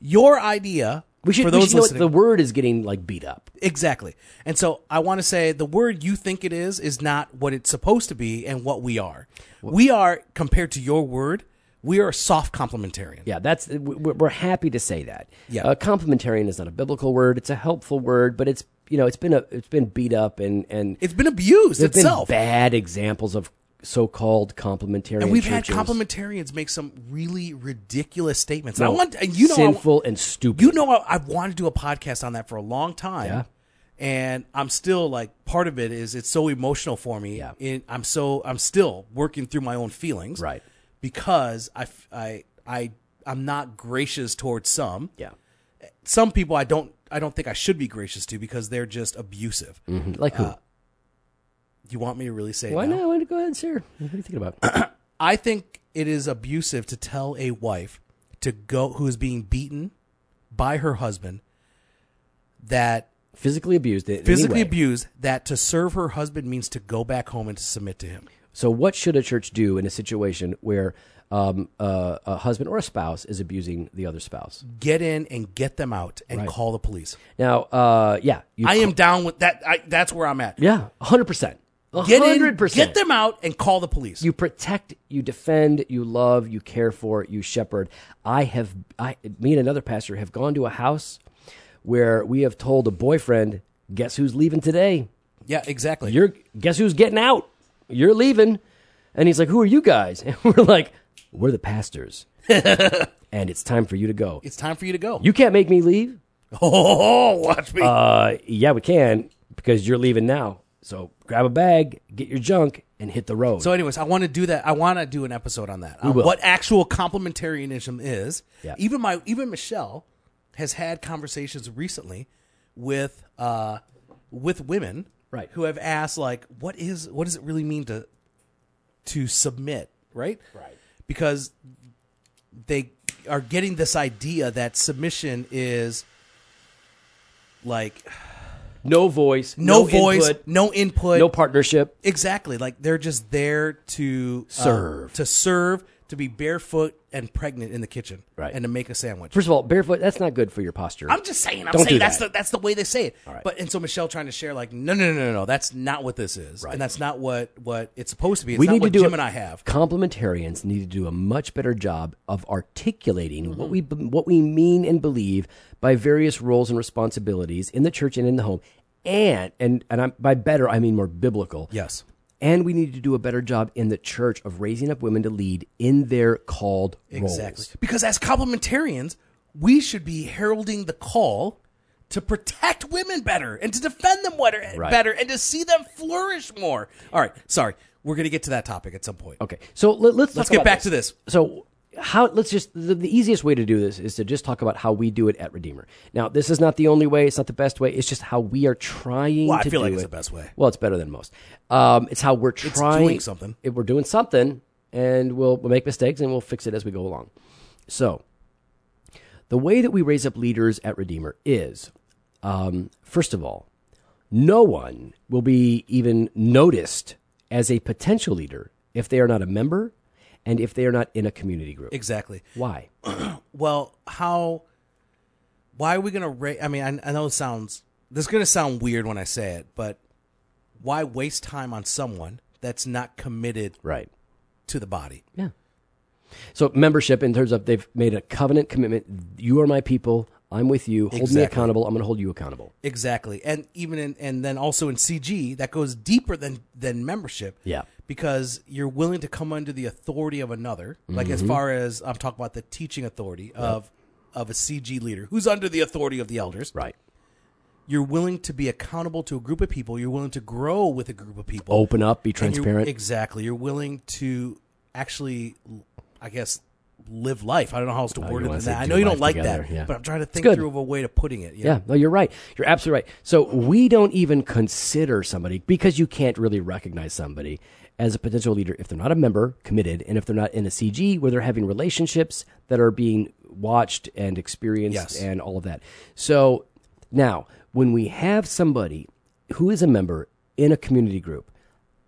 Speaker 2: your idea
Speaker 1: We should. we
Speaker 2: for those
Speaker 1: should know what
Speaker 2: listening,
Speaker 1: the word is getting like beat up.
Speaker 2: Exactly. And so I want to say the word you think it is is not what it's supposed to be and what we are. we are compared to your word, we are soft complementarian.
Speaker 1: Yeah, that's we- we're we're happy to say that.
Speaker 2: Yeah.
Speaker 1: uh, complementarian is not a biblical word. It's a helpful word, but it's you know it's been a it's been beat up and and
Speaker 2: It's been abused
Speaker 1: there've
Speaker 2: itself.
Speaker 1: been bad examples of so-called complementarian.
Speaker 2: and we've
Speaker 1: churches.
Speaker 2: had complementarians make some really ridiculous statements.
Speaker 1: No,
Speaker 2: I want and you know I-
Speaker 1: sinful and stupid.
Speaker 2: you know I, I've wanted to do a podcast on that for a long time.
Speaker 1: Yeah.
Speaker 2: And I'm still like part of it is it's so emotional for me.
Speaker 1: Yeah.
Speaker 2: It- I'm so I'm still working through my own feelings.
Speaker 1: Right.
Speaker 2: Because I f- I I am not gracious towards some.
Speaker 1: yeah.
Speaker 2: Some people I don't I don't think I should be gracious to because they're just abusive.
Speaker 1: Mm-hmm. Like who?
Speaker 2: Uh, You want me to really say it
Speaker 1: Mm. Why
Speaker 2: now?
Speaker 1: not? Why not? Go ahead and share. What are you thinking about?
Speaker 2: (coughs) I think it is abusive to tell a wife to go who is being beaten by her husband that
Speaker 1: physically abused it.
Speaker 2: physically
Speaker 1: abused.
Speaker 2: abused that to serve her husband means to go back home and to submit to him.
Speaker 1: So, what should a church do in a situation where um, uh, a husband or a spouse is abusing the other spouse?
Speaker 2: Get in and get them out and call the police.
Speaker 1: Now, uh, yeah, you,
Speaker 2: I am down with that. I, that's where I'm at.
Speaker 1: yeah, hundred percent,
Speaker 2: Get
Speaker 1: hundred
Speaker 2: in,
Speaker 1: percent.
Speaker 2: get them out, and call the police.
Speaker 1: You protect, you defend, you love, you care for, you shepherd. I have, I, me and another pastor have gone to a house where we have told a boyfriend, "Guess who's leaving today?"
Speaker 2: yeah, exactly.
Speaker 1: you're guess who's getting out? You're leaving. And he's like, Who are you guys? (laughs) And we're like, We're the pastors. and it's time for you to go.
Speaker 2: it's time for you to go.
Speaker 1: You can't make me leave.
Speaker 2: (laughs) oh, watch me.
Speaker 1: Uh yeah, we can, because you're leaving now. So grab a bag, get your junk, and hit the road.
Speaker 2: so, anyways, I want to do that. I want to do an episode on that. On
Speaker 1: will.
Speaker 2: what actual complementarianism is.
Speaker 1: Yeah.
Speaker 2: Even my even Michelle has had conversations recently with uh with women
Speaker 1: Right.
Speaker 2: who have asked like what is what does it really mean to to submit, right?
Speaker 1: Right.
Speaker 2: Because they are getting this idea that submission is like
Speaker 1: no voice,
Speaker 2: no,
Speaker 1: no,
Speaker 2: voice,
Speaker 1: input,
Speaker 2: no input,
Speaker 1: no partnership.
Speaker 2: Exactly. Like they're just there to uh,
Speaker 1: Serve.
Speaker 2: to serve, to be barefoot and pregnant in the kitchen
Speaker 1: Right.
Speaker 2: and to make a sandwich.
Speaker 1: First of all, barefoot, that's not good for your posture.
Speaker 2: I'm just saying. I'm
Speaker 1: Don't
Speaker 2: saying
Speaker 1: do
Speaker 2: that's
Speaker 1: that.
Speaker 2: the that's the way they say it.
Speaker 1: right.
Speaker 2: But and so Michelle trying to share like no no no no no that's not what this is and that's not what what it's supposed to be. It's
Speaker 1: we
Speaker 2: not
Speaker 1: need
Speaker 2: what
Speaker 1: to do
Speaker 2: Jim
Speaker 1: a-
Speaker 2: and I have.
Speaker 1: Complementarians need to do a much better job of articulating what
Speaker 2: Mm-hmm.
Speaker 1: we what we mean and believe by various roles and responsibilities in the church and in the home, and and and I'm, by better I mean more biblical.
Speaker 2: Yes.
Speaker 1: And we need to do a better job in the church of raising up women to lead in their called roles.
Speaker 2: Exactly. Because as complementarians, we should be heralding the call to protect women better and to defend them better,
Speaker 1: Right.
Speaker 2: better and to see them flourish more. All right. Sorry. We're going to get to that topic at some point.
Speaker 1: Okay, so let, let's
Speaker 2: Let's
Speaker 1: talk
Speaker 2: get
Speaker 1: about
Speaker 2: back to this.
Speaker 1: So how let's just the, the easiest way to do this is to just talk about how we do it at Redeemer. Now, this is not the only way; it's not the best way. It's just how we are trying.
Speaker 2: Well, I
Speaker 1: to
Speaker 2: feel
Speaker 1: do
Speaker 2: like it's
Speaker 1: it.
Speaker 2: the best way.
Speaker 1: Well, it's better than most. Um, it's how we're trying
Speaker 2: doing something.
Speaker 1: If we're doing something, and we'll, we'll make mistakes and we'll fix it as we go along. So, the way that we raise up leaders at Redeemer is, um, first of all, no one will be even noticed as a potential leader if they are not a member and if they are not in a community group.
Speaker 2: Exactly.
Speaker 1: Why?
Speaker 2: well, how? Why are we gonna? Ra- I mean, I, I know it sounds this is gonna sound weird when I say it, but why waste time on someone that's not committed
Speaker 1: Right.
Speaker 2: to the body?
Speaker 1: Yeah. So membership in terms of they've made a covenant commitment. You are my people. I'm with you. Hold me
Speaker 2: Exactly.
Speaker 1: accountable. I'm going to hold you accountable.
Speaker 2: Exactly, and even in and then also in CG that goes deeper than than membership.
Speaker 1: Yeah.
Speaker 2: because you're willing to come under the authority of another. Like
Speaker 1: Mm-hmm.
Speaker 2: as far as I'm talking about the teaching authority of of a CG leader who's under the authority of the elders.
Speaker 1: Right.
Speaker 2: You're willing to be accountable to a group of people. You're willing to grow with a group of people.
Speaker 1: Open up. Be
Speaker 2: And you're-
Speaker 1: transparent.
Speaker 2: exactly. You're willing to actually, I guess, live life. I don't know how else to word it
Speaker 1: Uh, wanna
Speaker 2: than
Speaker 1: say
Speaker 2: that. I
Speaker 1: do
Speaker 2: know you don't
Speaker 1: life
Speaker 2: like
Speaker 1: together,
Speaker 2: that,
Speaker 1: yeah.
Speaker 2: but I'm trying to think
Speaker 1: good.
Speaker 2: through of a way to putting it. you know?
Speaker 1: Yeah, no, you're right. You're absolutely right. So we don't even consider somebody because you can't really recognize somebody as a potential leader if they're not a member, committed, and if they're not in a CG where they're having relationships that are being watched and experienced
Speaker 2: Yes.
Speaker 1: and all of that. So now, when we have somebody who is a member in a community group,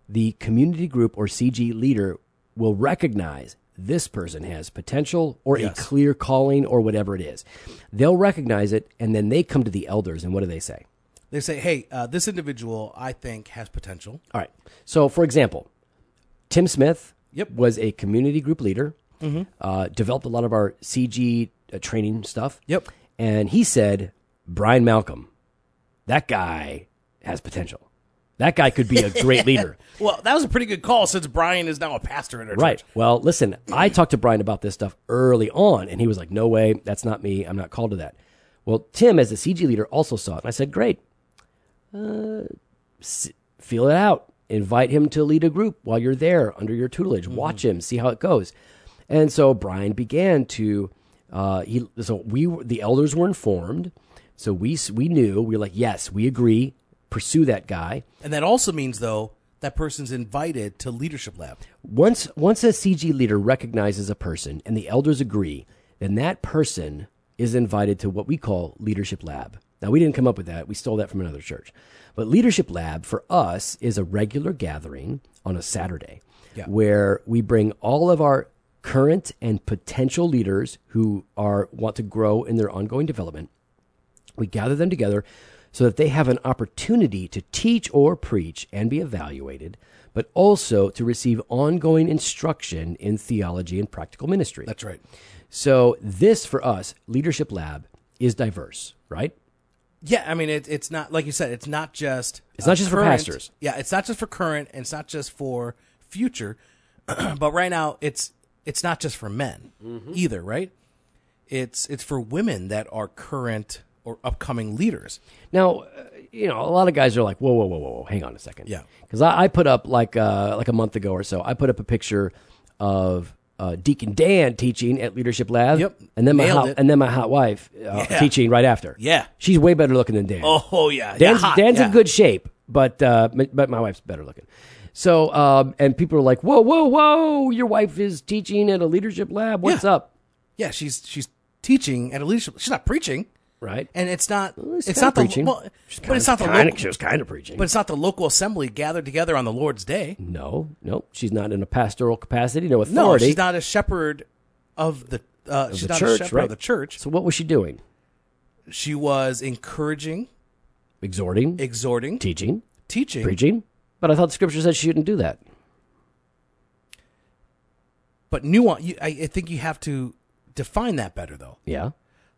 Speaker 1: the community group or CG leader will recognize this person has potential or a clear calling or whatever it is. They'll recognize it and then they come to the elders and what do they say?
Speaker 2: They say, hey, uh, this individual I think has potential.
Speaker 1: All right. So, for example, Tim Smith
Speaker 2: Yep. Mm-hmm.
Speaker 1: was a community group leader, uh, developed a lot of our CG uh, training stuff.
Speaker 2: Yep.
Speaker 1: And he said, Brian Malcolm, that guy has potential. That guy could be a great
Speaker 2: (laughs)
Speaker 1: leader.
Speaker 2: Well, that was a pretty good call since Brian is now a pastor in a
Speaker 1: Right.
Speaker 2: church.
Speaker 1: Well, listen, I talked to Brian about this stuff early on, and he was like, no way, that's not me. I'm not called to that. Well, Tim, as the CG leader, also saw it. And I said, great. Uh, s- feel it out. Invite him to lead a group while you're there under your tutelage. Watch him, see how it goes. And so Brian began to, uh, he, so we, were- the elders were informed. So we, s- we knew, we were like, yes, we agree, pursue that guy.
Speaker 2: And that also means, though, that person's invited to Leadership Lab.
Speaker 1: Once once a CG leader recognizes a person and the elders agree, then that person is invited to what we call leadership lab. Now we didn't come up with that. We stole that from another church. But leadership lab for us is a regular gathering on a Saturday
Speaker 2: Yeah.
Speaker 1: where we bring all of our current and potential leaders who are want to grow in their ongoing development we gather them together so that they have an opportunity to teach or preach and be evaluated, but also to receive ongoing instruction in theology and practical ministry.
Speaker 2: That's right.
Speaker 1: So, this for us, Leadership Lab, is diverse, right?
Speaker 2: Yeah, I mean, it, it's not like you said. It's not just. It's
Speaker 1: not just for pastors.
Speaker 2: Yeah, it's not just for current, and it's not just for future. (clears throat) but right now, it's it's not just for men either, right? It's it's for women that are current or upcoming leaders.
Speaker 1: Now, uh, you know, a lot of guys are like, "Whoa, whoa, whoa, whoa, whoa! Hang on a second.
Speaker 2: Yeah.
Speaker 1: Because I, I put up like uh, like a month ago or so, I put up a picture of uh, Deacon Dan teaching at Leadership Lab.
Speaker 2: Yep.
Speaker 1: And then my
Speaker 2: Nailed
Speaker 1: hot,
Speaker 2: it.
Speaker 1: and then my hot wife uh,
Speaker 2: Yeah.
Speaker 1: teaching right after.
Speaker 2: Yeah.
Speaker 1: She's way better looking than Dan.
Speaker 2: Oh yeah,
Speaker 1: Dan's,
Speaker 2: yeah, hot,
Speaker 1: Dan's
Speaker 2: yeah.
Speaker 1: in good shape, but uh, m- but my wife's better looking. So um, and people are like, "Whoa, whoa, whoa! Your wife is teaching at a Leadership Lab. What's
Speaker 2: Yeah.
Speaker 1: up?"
Speaker 2: Yeah, she's she's teaching at a leadership. She's not preaching.
Speaker 1: right?
Speaker 2: And it's not
Speaker 1: Well,
Speaker 2: it's,
Speaker 1: kinda
Speaker 2: not the
Speaker 1: preaching.
Speaker 2: well,
Speaker 1: She's
Speaker 2: but it's not the
Speaker 1: kinda-
Speaker 2: local,
Speaker 1: She was kind of preaching.
Speaker 2: but it's not the local assembly gathered together on the Lord's day.
Speaker 1: no, no, she's not in a pastoral capacity, no
Speaker 2: No,
Speaker 1: authority.
Speaker 2: she's not a shepherd of the uh, she's
Speaker 1: the
Speaker 2: not a
Speaker 1: church,
Speaker 2: shepherd
Speaker 1: right?
Speaker 2: of the church.
Speaker 1: So what was she doing?
Speaker 2: She was encouraging,
Speaker 1: Exhorting,
Speaker 2: exhorting,
Speaker 1: teaching,
Speaker 2: teaching.
Speaker 1: preaching. But I thought Scripture said she shouldn't do that.
Speaker 2: But nuance, you, I, I think you have to define that better, though.
Speaker 1: Yeah,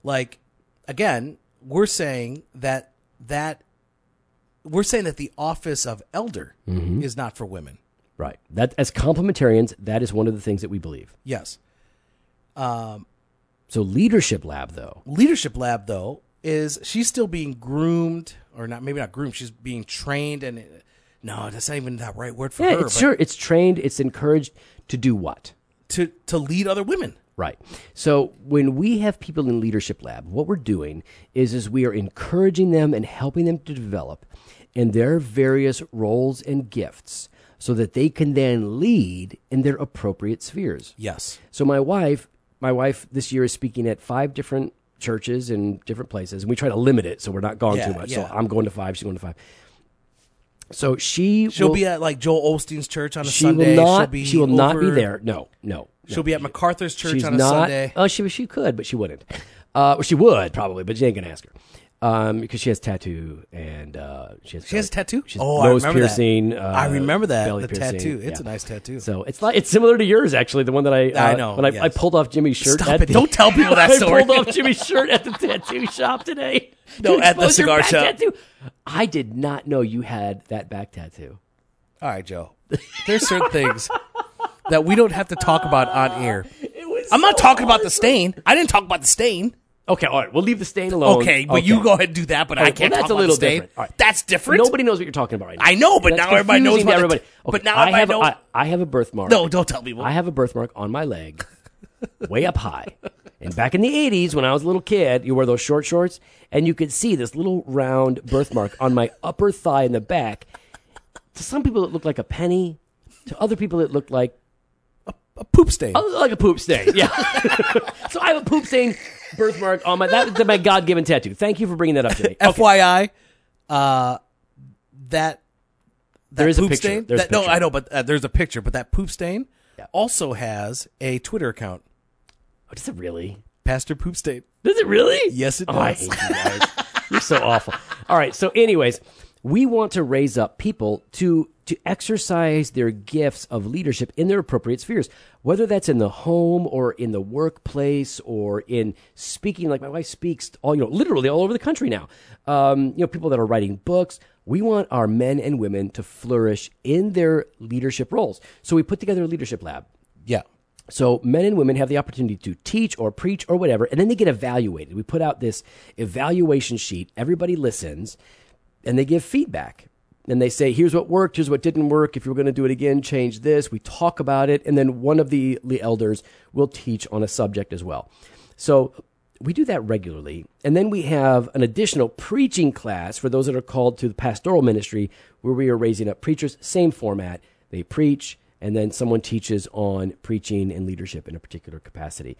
Speaker 2: Like, again, we're saying that that we're saying that the office of elder
Speaker 1: Mm-hmm.
Speaker 2: is not for women.
Speaker 1: right. That as complementarians, that is one of the things that we believe.
Speaker 2: Yes, Um,
Speaker 1: So leadership lab, though,
Speaker 2: leadership lab though is she's still being groomed, or not? Maybe not groomed. She's being trained, and no, that's not even that right word for
Speaker 1: yeah,
Speaker 2: her.
Speaker 1: it's
Speaker 2: but
Speaker 1: sure it's trained, it's encouraged to do what.
Speaker 2: to to lead other women.
Speaker 1: Right. So when we have people in leadership lab, what we're doing is is we are encouraging them and helping them to develop in their various roles and gifts so that they can then lead in their appropriate spheres.
Speaker 2: Yes.
Speaker 1: So my wife, my wife this year is speaking at five different churches in different places, and we try to limit it so we're not gone
Speaker 2: Yeah,
Speaker 1: too much.
Speaker 2: yeah.
Speaker 1: So I'm going to five, she's going to five. So she
Speaker 2: She'll
Speaker 1: will,
Speaker 2: be at like Joel Osteen's church on a
Speaker 1: she
Speaker 2: Sunday.
Speaker 1: will not
Speaker 2: she'll be
Speaker 1: she will not be
Speaker 2: over-
Speaker 1: there. No, no. no.
Speaker 2: She'll be at MacArthur's church
Speaker 1: She's
Speaker 2: on a
Speaker 1: not,
Speaker 2: Sunday.
Speaker 1: Oh, she she could, but she wouldn't. Uh, well, she would probably, but you ain't gonna ask her um, because she has tattoo and uh, she has
Speaker 2: She has a tattoo. Oh,
Speaker 1: She's nose piercing.
Speaker 2: That.
Speaker 1: Uh,
Speaker 2: I remember that
Speaker 1: belly
Speaker 2: the
Speaker 1: piercing.
Speaker 2: tattoo. It's
Speaker 1: Yeah.
Speaker 2: a nice tattoo.
Speaker 1: So it's like it's similar to yours actually. The one that I uh,
Speaker 2: I know,
Speaker 1: when I,
Speaker 2: yes.
Speaker 1: I pulled off Jimmy's shirt.
Speaker 2: Stop
Speaker 1: at
Speaker 2: it.
Speaker 1: the-
Speaker 2: Don't
Speaker 1: (laughs)
Speaker 2: tell people that story.
Speaker 1: I pulled off Jimmy's shirt at the tattoo shop today. (laughs)
Speaker 2: No,
Speaker 1: To
Speaker 2: at the
Speaker 1: expose your
Speaker 2: cigar
Speaker 1: back
Speaker 2: shop.
Speaker 1: Tattoo. I did not know you had that back tattoo.
Speaker 2: All right, Joe. There's certain things that we don't have to talk about on air.
Speaker 1: (laughs) It was
Speaker 2: I'm not
Speaker 1: so
Speaker 2: talking about
Speaker 1: awesome.
Speaker 2: the stain. I didn't talk about the stain.
Speaker 1: Okay, all right. We'll leave the stain alone.
Speaker 2: Okay, but you go ahead and do that. But I
Speaker 1: right,
Speaker 2: can't
Speaker 1: Oh, well, that's
Speaker 2: talk
Speaker 1: a
Speaker 2: about
Speaker 1: little
Speaker 2: the stain.
Speaker 1: different. All right.
Speaker 2: That's different.
Speaker 1: Nobody knows what you're talking about right now.
Speaker 2: I know, but
Speaker 1: That's
Speaker 2: now everybody knows
Speaker 1: confusing to
Speaker 2: about it.
Speaker 1: everybody.
Speaker 2: But now
Speaker 1: I
Speaker 2: everybody
Speaker 1: have,
Speaker 2: knows-
Speaker 1: I, I have a birthmark.
Speaker 2: no, don't tell people.
Speaker 1: I have a birthmark on my leg, way up high. And back in the 80s, when I was a little kid, you wore those short shorts, and you could see this little round birthmark on my upper thigh in the back. To some people, it looked like a penny. To other people, it looked like
Speaker 2: a poop stain.
Speaker 1: it looked like a poop stain. Yeah. (laughs) so I have a poop stain birthmark on my that, that's my God given tattoo. Thank you for bringing that up
Speaker 2: (laughs)
Speaker 1: Oh, today.
Speaker 2: FYI, uh, that that
Speaker 1: There is a
Speaker 2: poop
Speaker 1: picture.
Speaker 2: stain.
Speaker 1: There's a
Speaker 2: that- no,
Speaker 1: picture.
Speaker 2: I know, but uh, there's a picture. But that poop stain also has a Twitter account,
Speaker 1: Oh, does it really?
Speaker 2: Pastor Poop Stain.
Speaker 1: Does it really?
Speaker 2: Yes, it
Speaker 1: Oh, I
Speaker 2: does.
Speaker 1: hate you guys. You're so awful. All right. So, anyways, we want to raise up people to to exercise their gifts of leadership in their appropriate spheres, whether that's in the home or in the workplace or in speaking. Like my wife speaks all you know, literally all over the country now. Um, you know, people that are writing books. We want our men and women to flourish in their leadership roles. So we put together a leadership lab.
Speaker 2: (laughs) Yeah,
Speaker 1: So men and women have the opportunity to teach or preach or whatever, and then they get evaluated. We put out this evaluation sheet. Everybody listens, and they give feedback. And they say, here's what worked, here's what didn't work. If you're going to do it again, change this. We talk about it. And then one of the, the elders will teach on a subject as well. So we do that regularly. And then we have an additional preaching class for those that are called to the pastoral ministry, where we are raising up preachers, same format. They preach, and then someone teaches on preaching and leadership in a particular capacity.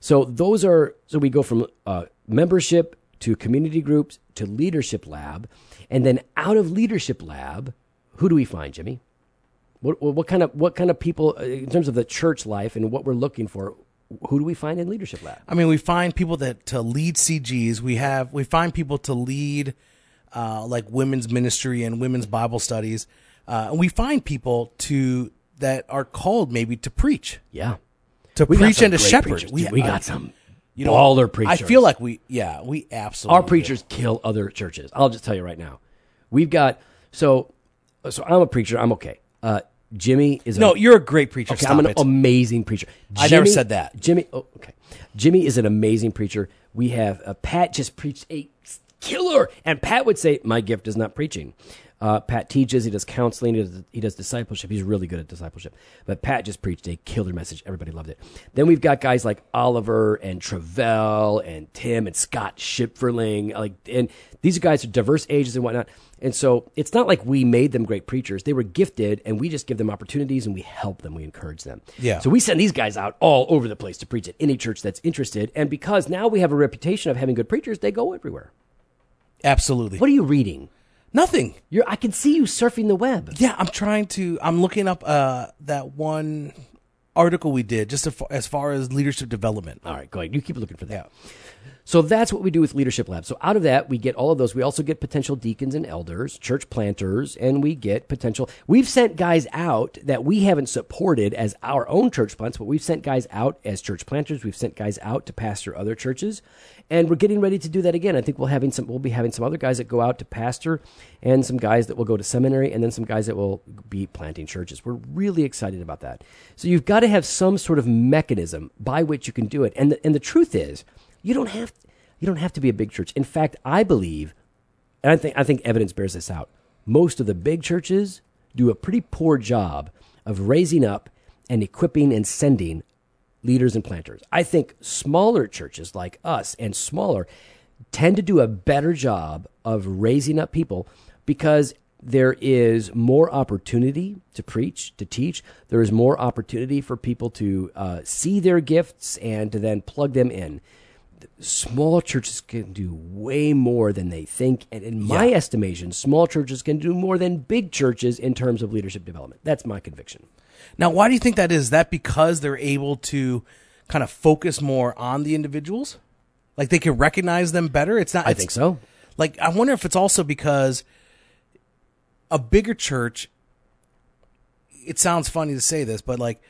Speaker 1: So those are so we go from uh, membership to community groups to leadership lab, and then out of leadership lab, who do we find, Jimmy? What, what what kind of what kind of people uh, in terms of the church life and what we're looking for? Who do we find in leadership lab?
Speaker 2: I mean, we find people that to lead CGs. We have we find people to lead uh, like women's ministry and women's Bible studies, uh, and we find people to that are called maybe to preach,
Speaker 1: Yeah,
Speaker 2: to
Speaker 1: got
Speaker 2: preach
Speaker 1: some
Speaker 2: and to
Speaker 1: great
Speaker 2: shepherd.
Speaker 1: preachers, dude. we
Speaker 2: I-
Speaker 1: got some
Speaker 2: you know,
Speaker 1: baller preachers.
Speaker 2: I feel like we yeah we absolutely
Speaker 1: our preachers kill other churches. I'll just tell you right now. We've got so so I'm a preacher. I'm okay. Uh, Jimmy is
Speaker 2: No,
Speaker 1: A,
Speaker 2: you're a great preacher.
Speaker 1: okay,
Speaker 2: Stop
Speaker 1: I'm an
Speaker 2: it.
Speaker 1: amazing preacher.
Speaker 2: I never said that.
Speaker 1: Jimmy. Oh, okay. Jimmy is an amazing preacher. We have uh, Pat just preached a killer. And Pat would say, My gift is not preaching. Uh, Pat teaches, he does counseling, he does, he does discipleship. He's really good at discipleship. But Pat just preached a killer message. Everybody loved it. Then we've got guys like Oliver and Travell and Tim and Scott Schipferling. Like, and these guys are diverse ages and whatnot. And so it's not like we made them great preachers. They were gifted, and we just give them opportunities and we help them, we encourage them.
Speaker 2: Yeah.
Speaker 1: So we send these guys out all over the place to preach at any church that's interested. And because now we have a reputation of having good preachers, they go everywhere.
Speaker 2: Absolutely.
Speaker 1: What are you reading?
Speaker 2: Nothing.
Speaker 1: You're, I can see you surfing the web.
Speaker 2: Yeah, I'm trying to. I'm looking up uh, that one article we did just as far, as far as leadership development.
Speaker 1: All right, go ahead. You keep looking for that. So that's what we do with Leadership Lab. So out of that, we get all of those. We also get potential deacons and elders, church planters, and we get potential. We've sent guys out that we haven't supported as our own church plants, but we've sent guys out as church planters. We've sent guys out to pastor other churches, and we're getting ready to do that again. I think we'll having some. We'll be having some other guys that go out to pastor, and some guys that will go to seminary, and then some guys that will be planting churches. We're really excited about that. So you've got to have some sort of mechanism by which you can do it. And the, and the truth is. You don't have you don't have to be a big church. In fact, I believe, and I think I think evidence bears this out. Most of the big churches do a pretty poor job of raising up and equipping and sending leaders and planters. I think smaller churches like us and smaller tend to do a better job of raising up people because there is more opportunity to preach, to teach. There is more opportunity for people to uh, see their gifts and to then plug them in small churches can do way more than they think. And in my estimation, small churches can do more than big churches in terms of leadership development. That's my conviction.
Speaker 2: Now, why do you think that is? Is that because they're able to kind of focus more on the individuals? Like they can recognize them better? It's not
Speaker 1: I think so.
Speaker 2: Like I wonder if it's also because a bigger church it sounds funny to say this, but like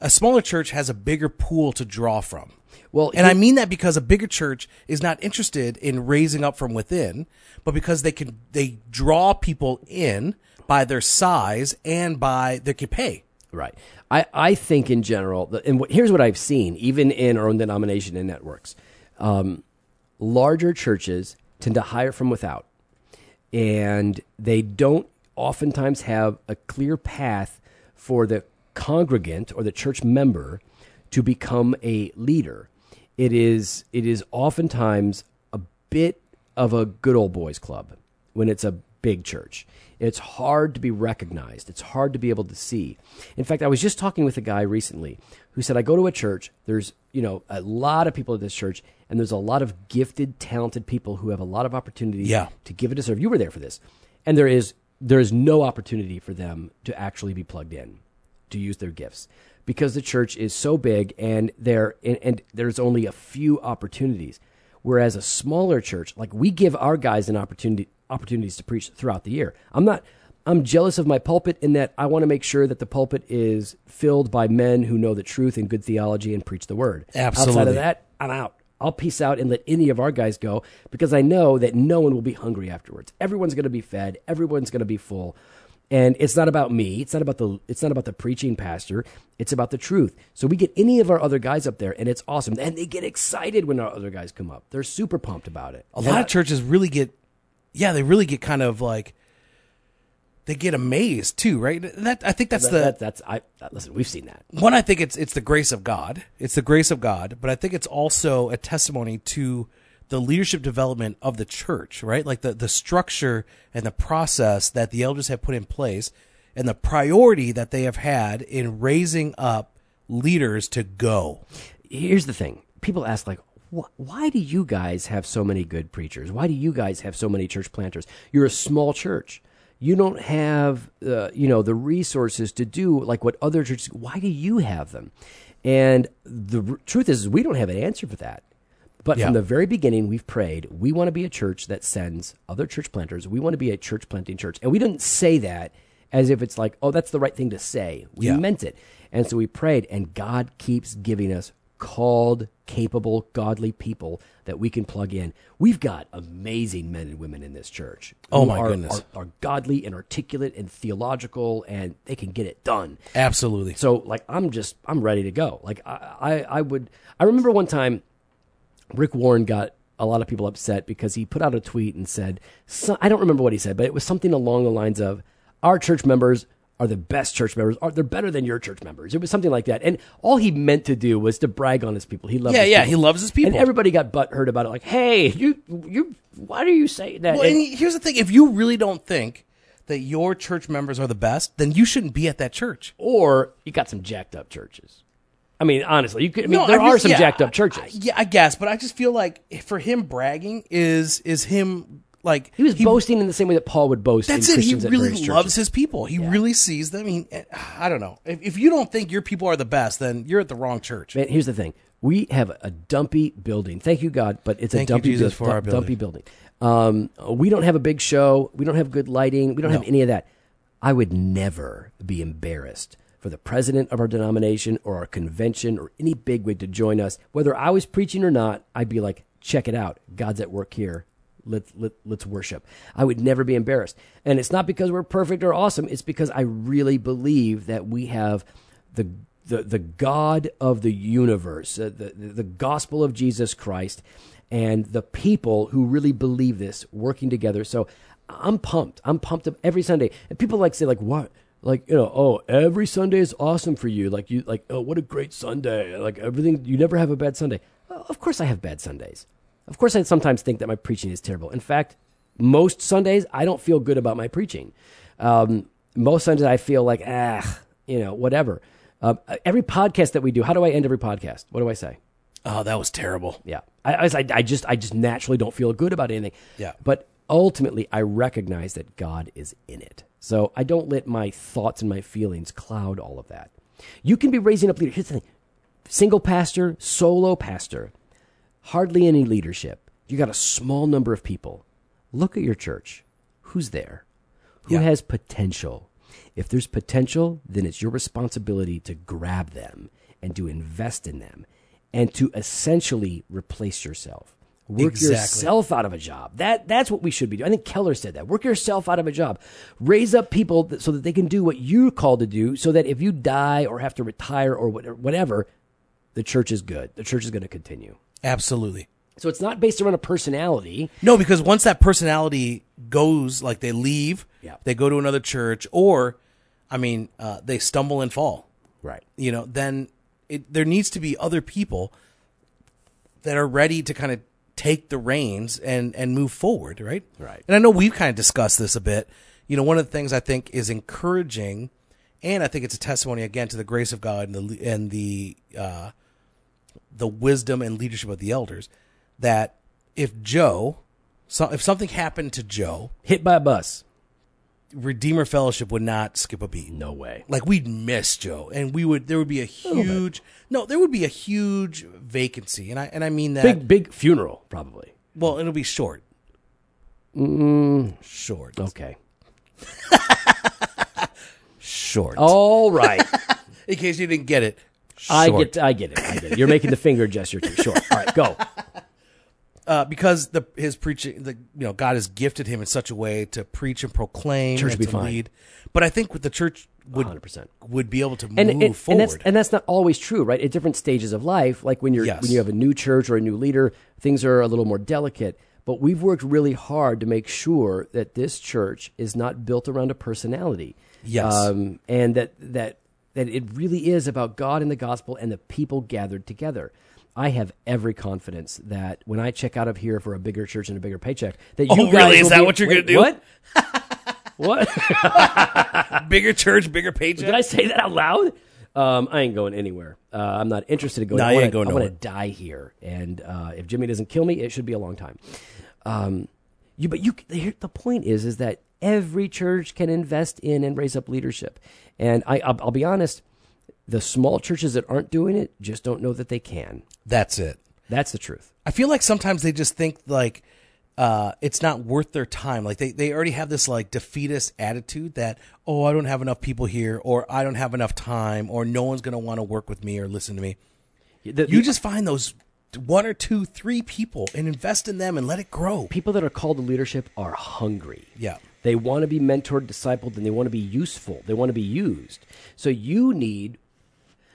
Speaker 2: a smaller church has a bigger pool to draw from.
Speaker 1: Well,
Speaker 2: And I mean that because a bigger church is not interested in raising up from within, but because they can they draw people in by their size and by their pay.
Speaker 1: Right. I, I think in general, the- and what, here's what I've seen, even in our own denomination and networks. Um, larger churches tend to hire from without, and they don't oftentimes have a clear path for the congregant or the church member to become a leader. It is, it is oftentimes a bit of a good old boys club when it's a big church. It's hard to be recognized. It's hard to be able to see. In fact, I was just talking with a guy recently who said, I go to a church, there's, you know, a lot of people at this church, and there's a lot of gifted, talented people who have a lot of opportunities
Speaker 2: Yeah.
Speaker 1: to give it a serve. You were there for this. And there is there is no opportunity for them to actually be plugged in, to use their gifts. Because the church is so big and there and, and there's only a few opportunities. Whereas a smaller church, like we give our guys an opportunity opportunities to preach throughout the year. I'm not I'm jealous of my pulpit in that I want to make sure that the pulpit is filled by men who know the truth and good theology and preach the word. Outside
Speaker 2: Absolutely.
Speaker 1: of that, I'm out. I'll peace out and let any of our guys go because I know that no one will be hungry afterwards. Everyone's going to be fed. Everyone's going to be full. And it's not about me. It's not about the. It's not about the preaching pastor. It's about the truth. So we get any of our other guys up there, and it's awesome. And they get excited when our other guys come up. They're super pumped about it.
Speaker 2: A lot of churches really get, yeah, they really get kind of like, they get amazed too, right? And that I think that's the
Speaker 1: That- that's I. that- listen, we've seen that.
Speaker 2: one. I think it's it's the grace of God. It's the grace of God, but I think it's also a testimony to the leadership development of the church, right? Like the the structure and the process that the elders have put in place, and the priority that they have had in raising up leaders to go.
Speaker 1: here's the thing people ask like "Wh- why do you guys have so many good preachers why do you guys have so many church planters you're a small church you don't have uh, you know the resources to do like what other churches why do you have them and the r- truth is, is we don't have an answer for that but from
Speaker 2: Yeah.
Speaker 1: the very beginning, we've prayed, we want to be a church that sends other church planters. We want to be a church planting church. And we didn't say that as if it's like, oh, that's the right thing to say. We
Speaker 2: Yeah.
Speaker 1: meant it. And so we prayed, and God keeps giving us called, capable, godly people that we can plug in. We've got amazing men and women in this church.
Speaker 2: Oh,
Speaker 1: who
Speaker 2: my
Speaker 1: are-
Speaker 2: goodness.
Speaker 1: Are, are godly and articulate and theological, and they can get it done.
Speaker 2: Absolutely.
Speaker 1: So like I'm just I'm ready to go. Like I I, I would I remember one time Rick Warren got a lot of people upset because he put out a tweet and said, so, I don't remember what he said, but it was something along the lines of, our church members are the best church members. Are they're better than your church members? It was something like that. And all he meant to do was to brag on his people. He loved.
Speaker 2: Yeah,
Speaker 1: his
Speaker 2: yeah,
Speaker 1: people.
Speaker 2: he loves his people.
Speaker 1: And everybody got butthurt about it. Like, hey, you, you, why do you say that?
Speaker 2: Well,
Speaker 1: And-
Speaker 2: and here's the thing: if you really don't think that your church members are the best, then you shouldn't be at that church.
Speaker 1: or you got some jacked up churches. I mean, honestly, you could. I mean,
Speaker 2: No,
Speaker 1: there
Speaker 2: I
Speaker 1: are
Speaker 2: mean,
Speaker 1: some
Speaker 2: yeah,
Speaker 1: jacked up
Speaker 2: I-
Speaker 1: churches.
Speaker 2: yeah, I guess, but I just feel like for him bragging is is him like
Speaker 1: he was boasting in the same way that Paul would boast.
Speaker 2: That's
Speaker 1: in
Speaker 2: it. He
Speaker 1: Christians at
Speaker 2: really
Speaker 1: various
Speaker 2: loves
Speaker 1: churches.
Speaker 2: his people. He really sees them. He, I don't know. If, if you don't think your people are the best, then you're at the wrong church.
Speaker 1: Man, here's the thing: we have a dumpy building. Thank you, God, but it's
Speaker 2: Thank
Speaker 1: a
Speaker 2: you,
Speaker 1: dumpy
Speaker 2: Jesus,
Speaker 1: buil-
Speaker 2: for our
Speaker 1: du- dumpy building. Um, we don't have a big show. We don't have good lighting. We don't have any of that. I would never be embarrassed for the president of our denomination or our convention or any bigwig to join us, whether I was preaching or not. I'd be like, "Check it out, God's at work here. Let's let, let's worship." I would never be embarrassed, and it's not because we're perfect or awesome. It's because I really believe that we have the the, the God of the universe, uh, the, the the gospel of Jesus Christ, and the people who really believe this working together. So I'm pumped. I'm pumped up every Sunday. And people like say like what like you know oh every Sunday is awesome for you like you like oh what a great Sunday like everything you never have a bad Sunday. Uh, Of course I have bad Sundays. Of course I sometimes think that my preaching is terrible. In fact, most Sundays I don't feel good about my preaching. Um, most Sundays I feel like ah you know whatever. Um, every podcast that we do, how do I end every podcast? What do I say?
Speaker 2: Oh, that was terrible.
Speaker 1: Yeah, I, I, was- I, I just I just naturally don't feel good about anything.
Speaker 2: Yeah.
Speaker 1: but ultimately, I recognize that God is in it, so I don't let my thoughts and my feelings cloud all of that. You can be raising up leaders. Here's the thing: single pastor, solo pastor, hardly any leadership. You got a small number of people. Look at your church. Who's there? Who has potential? If there's potential, then it's your responsibility to grab them and to invest in them and to essentially replace yourself. Work
Speaker 2: Exactly.
Speaker 1: yourself out of a job. That that's what we should be doing. I think Keller said that. Work yourself out of a job. Raise up people that, so that they can do what you're called to do. So that if you die or have to retire or whatever, whatever the church is good. The church is going to continue.
Speaker 2: Absolutely.
Speaker 1: So it's not based around a personality.
Speaker 2: No, because once that personality goes, like they leave,
Speaker 1: Yeah.
Speaker 2: they go to another church, or, I mean, uh, they stumble and fall.
Speaker 1: Right.
Speaker 2: You know, then it, there needs to be other people that are ready to kind of take the reins and and move forward, right?
Speaker 1: Right.
Speaker 2: And I know we've kind of discussed this a bit. You know, one of the things I think is encouraging, and I think it's a testimony again to the grace of God and the and the uh, the wisdom and leadership of the elders. That if Joe, so if something happened to Joe,
Speaker 1: Hit by a bus.
Speaker 2: Redeemer Fellowship would not skip a beat
Speaker 1: No way.
Speaker 2: like we'd miss Joe, and we would there would be a huge no, there would be a huge vacancy, and I and I mean that
Speaker 1: Big big funeral probably.
Speaker 2: well, it'll be short, short,
Speaker 1: Mm, Okay.
Speaker 2: short.
Speaker 1: All (laughs) right.
Speaker 2: In case you didn't get it,
Speaker 1: Oh. I
Speaker 2: short.
Speaker 1: get I get it. I get it. You're making the finger gesture too. Sure. All right, go.
Speaker 2: uh, because the his preaching, the you know God has gifted him in such a way to preach and proclaim,
Speaker 1: Church
Speaker 2: and
Speaker 1: will be
Speaker 2: to
Speaker 1: fine.
Speaker 2: lead. But I think with the church would
Speaker 1: 100%.
Speaker 2: would be able to move
Speaker 1: And, and,
Speaker 2: forward.
Speaker 1: and that's and that's not always true, right? At different stages of life, like when you're
Speaker 2: Yes.
Speaker 1: when you have a new church or a new leader, things are a little more delicate. But we've worked really hard to make sure that this church is not built around a personality.
Speaker 2: Yes.
Speaker 1: um, and that that that it really is about God and the gospel and the people gathered together. I have every confidence that when I check out of here for a bigger church and a bigger paycheck, that you
Speaker 2: Oh,
Speaker 1: guys
Speaker 2: really? Is
Speaker 1: will
Speaker 2: that
Speaker 1: be-
Speaker 2: what you're
Speaker 1: Wait,
Speaker 2: gonna do? (laughs)
Speaker 1: What? what?
Speaker 2: bigger church, bigger paycheck.
Speaker 1: Did I say that out loud? Um, I ain't going anywhere. Uh, I'm not interested in going.
Speaker 2: No,
Speaker 1: I
Speaker 2: you
Speaker 1: wanna,
Speaker 2: ain't going
Speaker 1: I want to
Speaker 2: nowhere.
Speaker 1: die here, and uh, if Jimmy doesn't kill me, it should be a long time. Um, you, but you, here- the point is, is that every church can invest in and raise up leadership. And I, I'll, I'll be honest, the small churches that aren't doing it just don't know that they can.
Speaker 2: that's it.
Speaker 1: That's the truth.
Speaker 2: I feel like sometimes they just think like uh, it's not worth their time. Like they, they already have this like defeatist attitude that, oh, I don't have enough people here, or I don't have enough time, or no one's going to want to work with me or listen to me.
Speaker 1: The-
Speaker 2: You just find those one or two, three people and invest in them and let it grow.
Speaker 1: people that are called to leadership are hungry.
Speaker 2: Oh. Yeah.
Speaker 1: They want to be mentored, discipled, and they want to be useful. They want to be used. So you need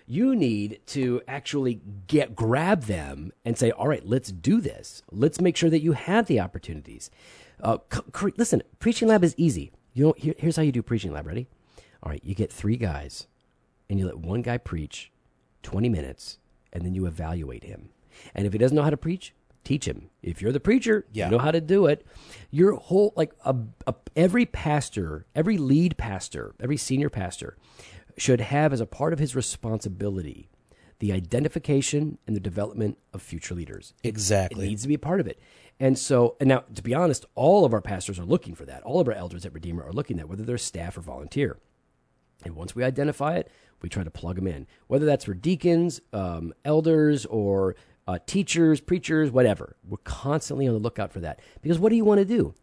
Speaker 1: You need to actually get grab them and say, "All right, let's do this. Let's make sure that you have the opportunities." Uh, c- cre- listen, preaching lab is easy. You know, here, here's how you do preaching lab. Ready? All right, you get three guys, and you let one guy preach 20 minutes, and then you evaluate him. And if he doesn't know how to preach, teach him. If you're the preacher,
Speaker 2: Yeah.
Speaker 1: you know how to do it. Your whole like a, a, every pastor, every lead pastor, every senior pastor should have as a part of his responsibility the identification and the development of future leaders. It
Speaker 2: Exactly.
Speaker 1: needs to be a part of it. And so, and now to be honest, all of our pastors are looking for that. All of our elders at Redeemer are looking at that, whether they're staff or volunteer. And once we identify it, we try to plug them in, whether that's for deacons, um, elders, or uh, teachers, preachers, whatever. We're constantly on the lookout for that because what do you want to do?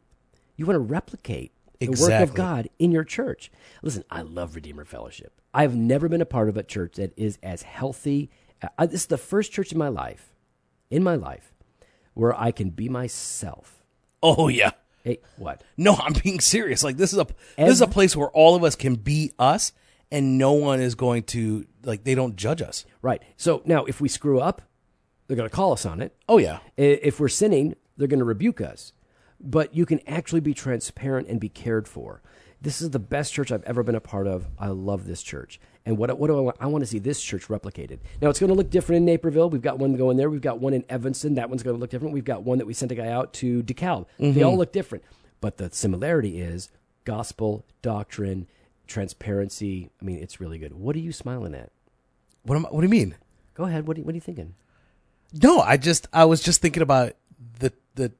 Speaker 1: You want to replicate the work of
Speaker 2: Exactly.
Speaker 1: God in your church. Listen, I love Redeemer Fellowship. I've never been a part of a church that is as healthy. Uh, I, this is the first church in my life, in my life, where I can be myself.
Speaker 2: Oh yeah.
Speaker 1: Hey, what?
Speaker 2: No, I'm being serious. Like this is a this is a place where all of us can be us, and no one is going to like they don't judge us.
Speaker 1: Right. So now, if we screw up, they're going to call us on it.
Speaker 2: Oh yeah.
Speaker 1: I- If we're sinning, they're going to rebuke us. But you can actually be transparent and be cared for. This is the best church I've ever been a part of. I love this church. And what, what do I want? I want to see this church replicated. Now, it's going to look different in Naperville. We've got one going there. We've got one in Evanston. That one's going to look different. We've got one that we sent a guy out to DeKalb. They
Speaker 2: Mm-hmm.
Speaker 1: all look different. But the similarity is gospel, doctrine, transparency. I mean, it's really good. What are you smiling at?
Speaker 2: What am I, What do you mean?
Speaker 1: Go ahead. What are, you- what are you thinking?
Speaker 2: No, I just I was just thinking about the the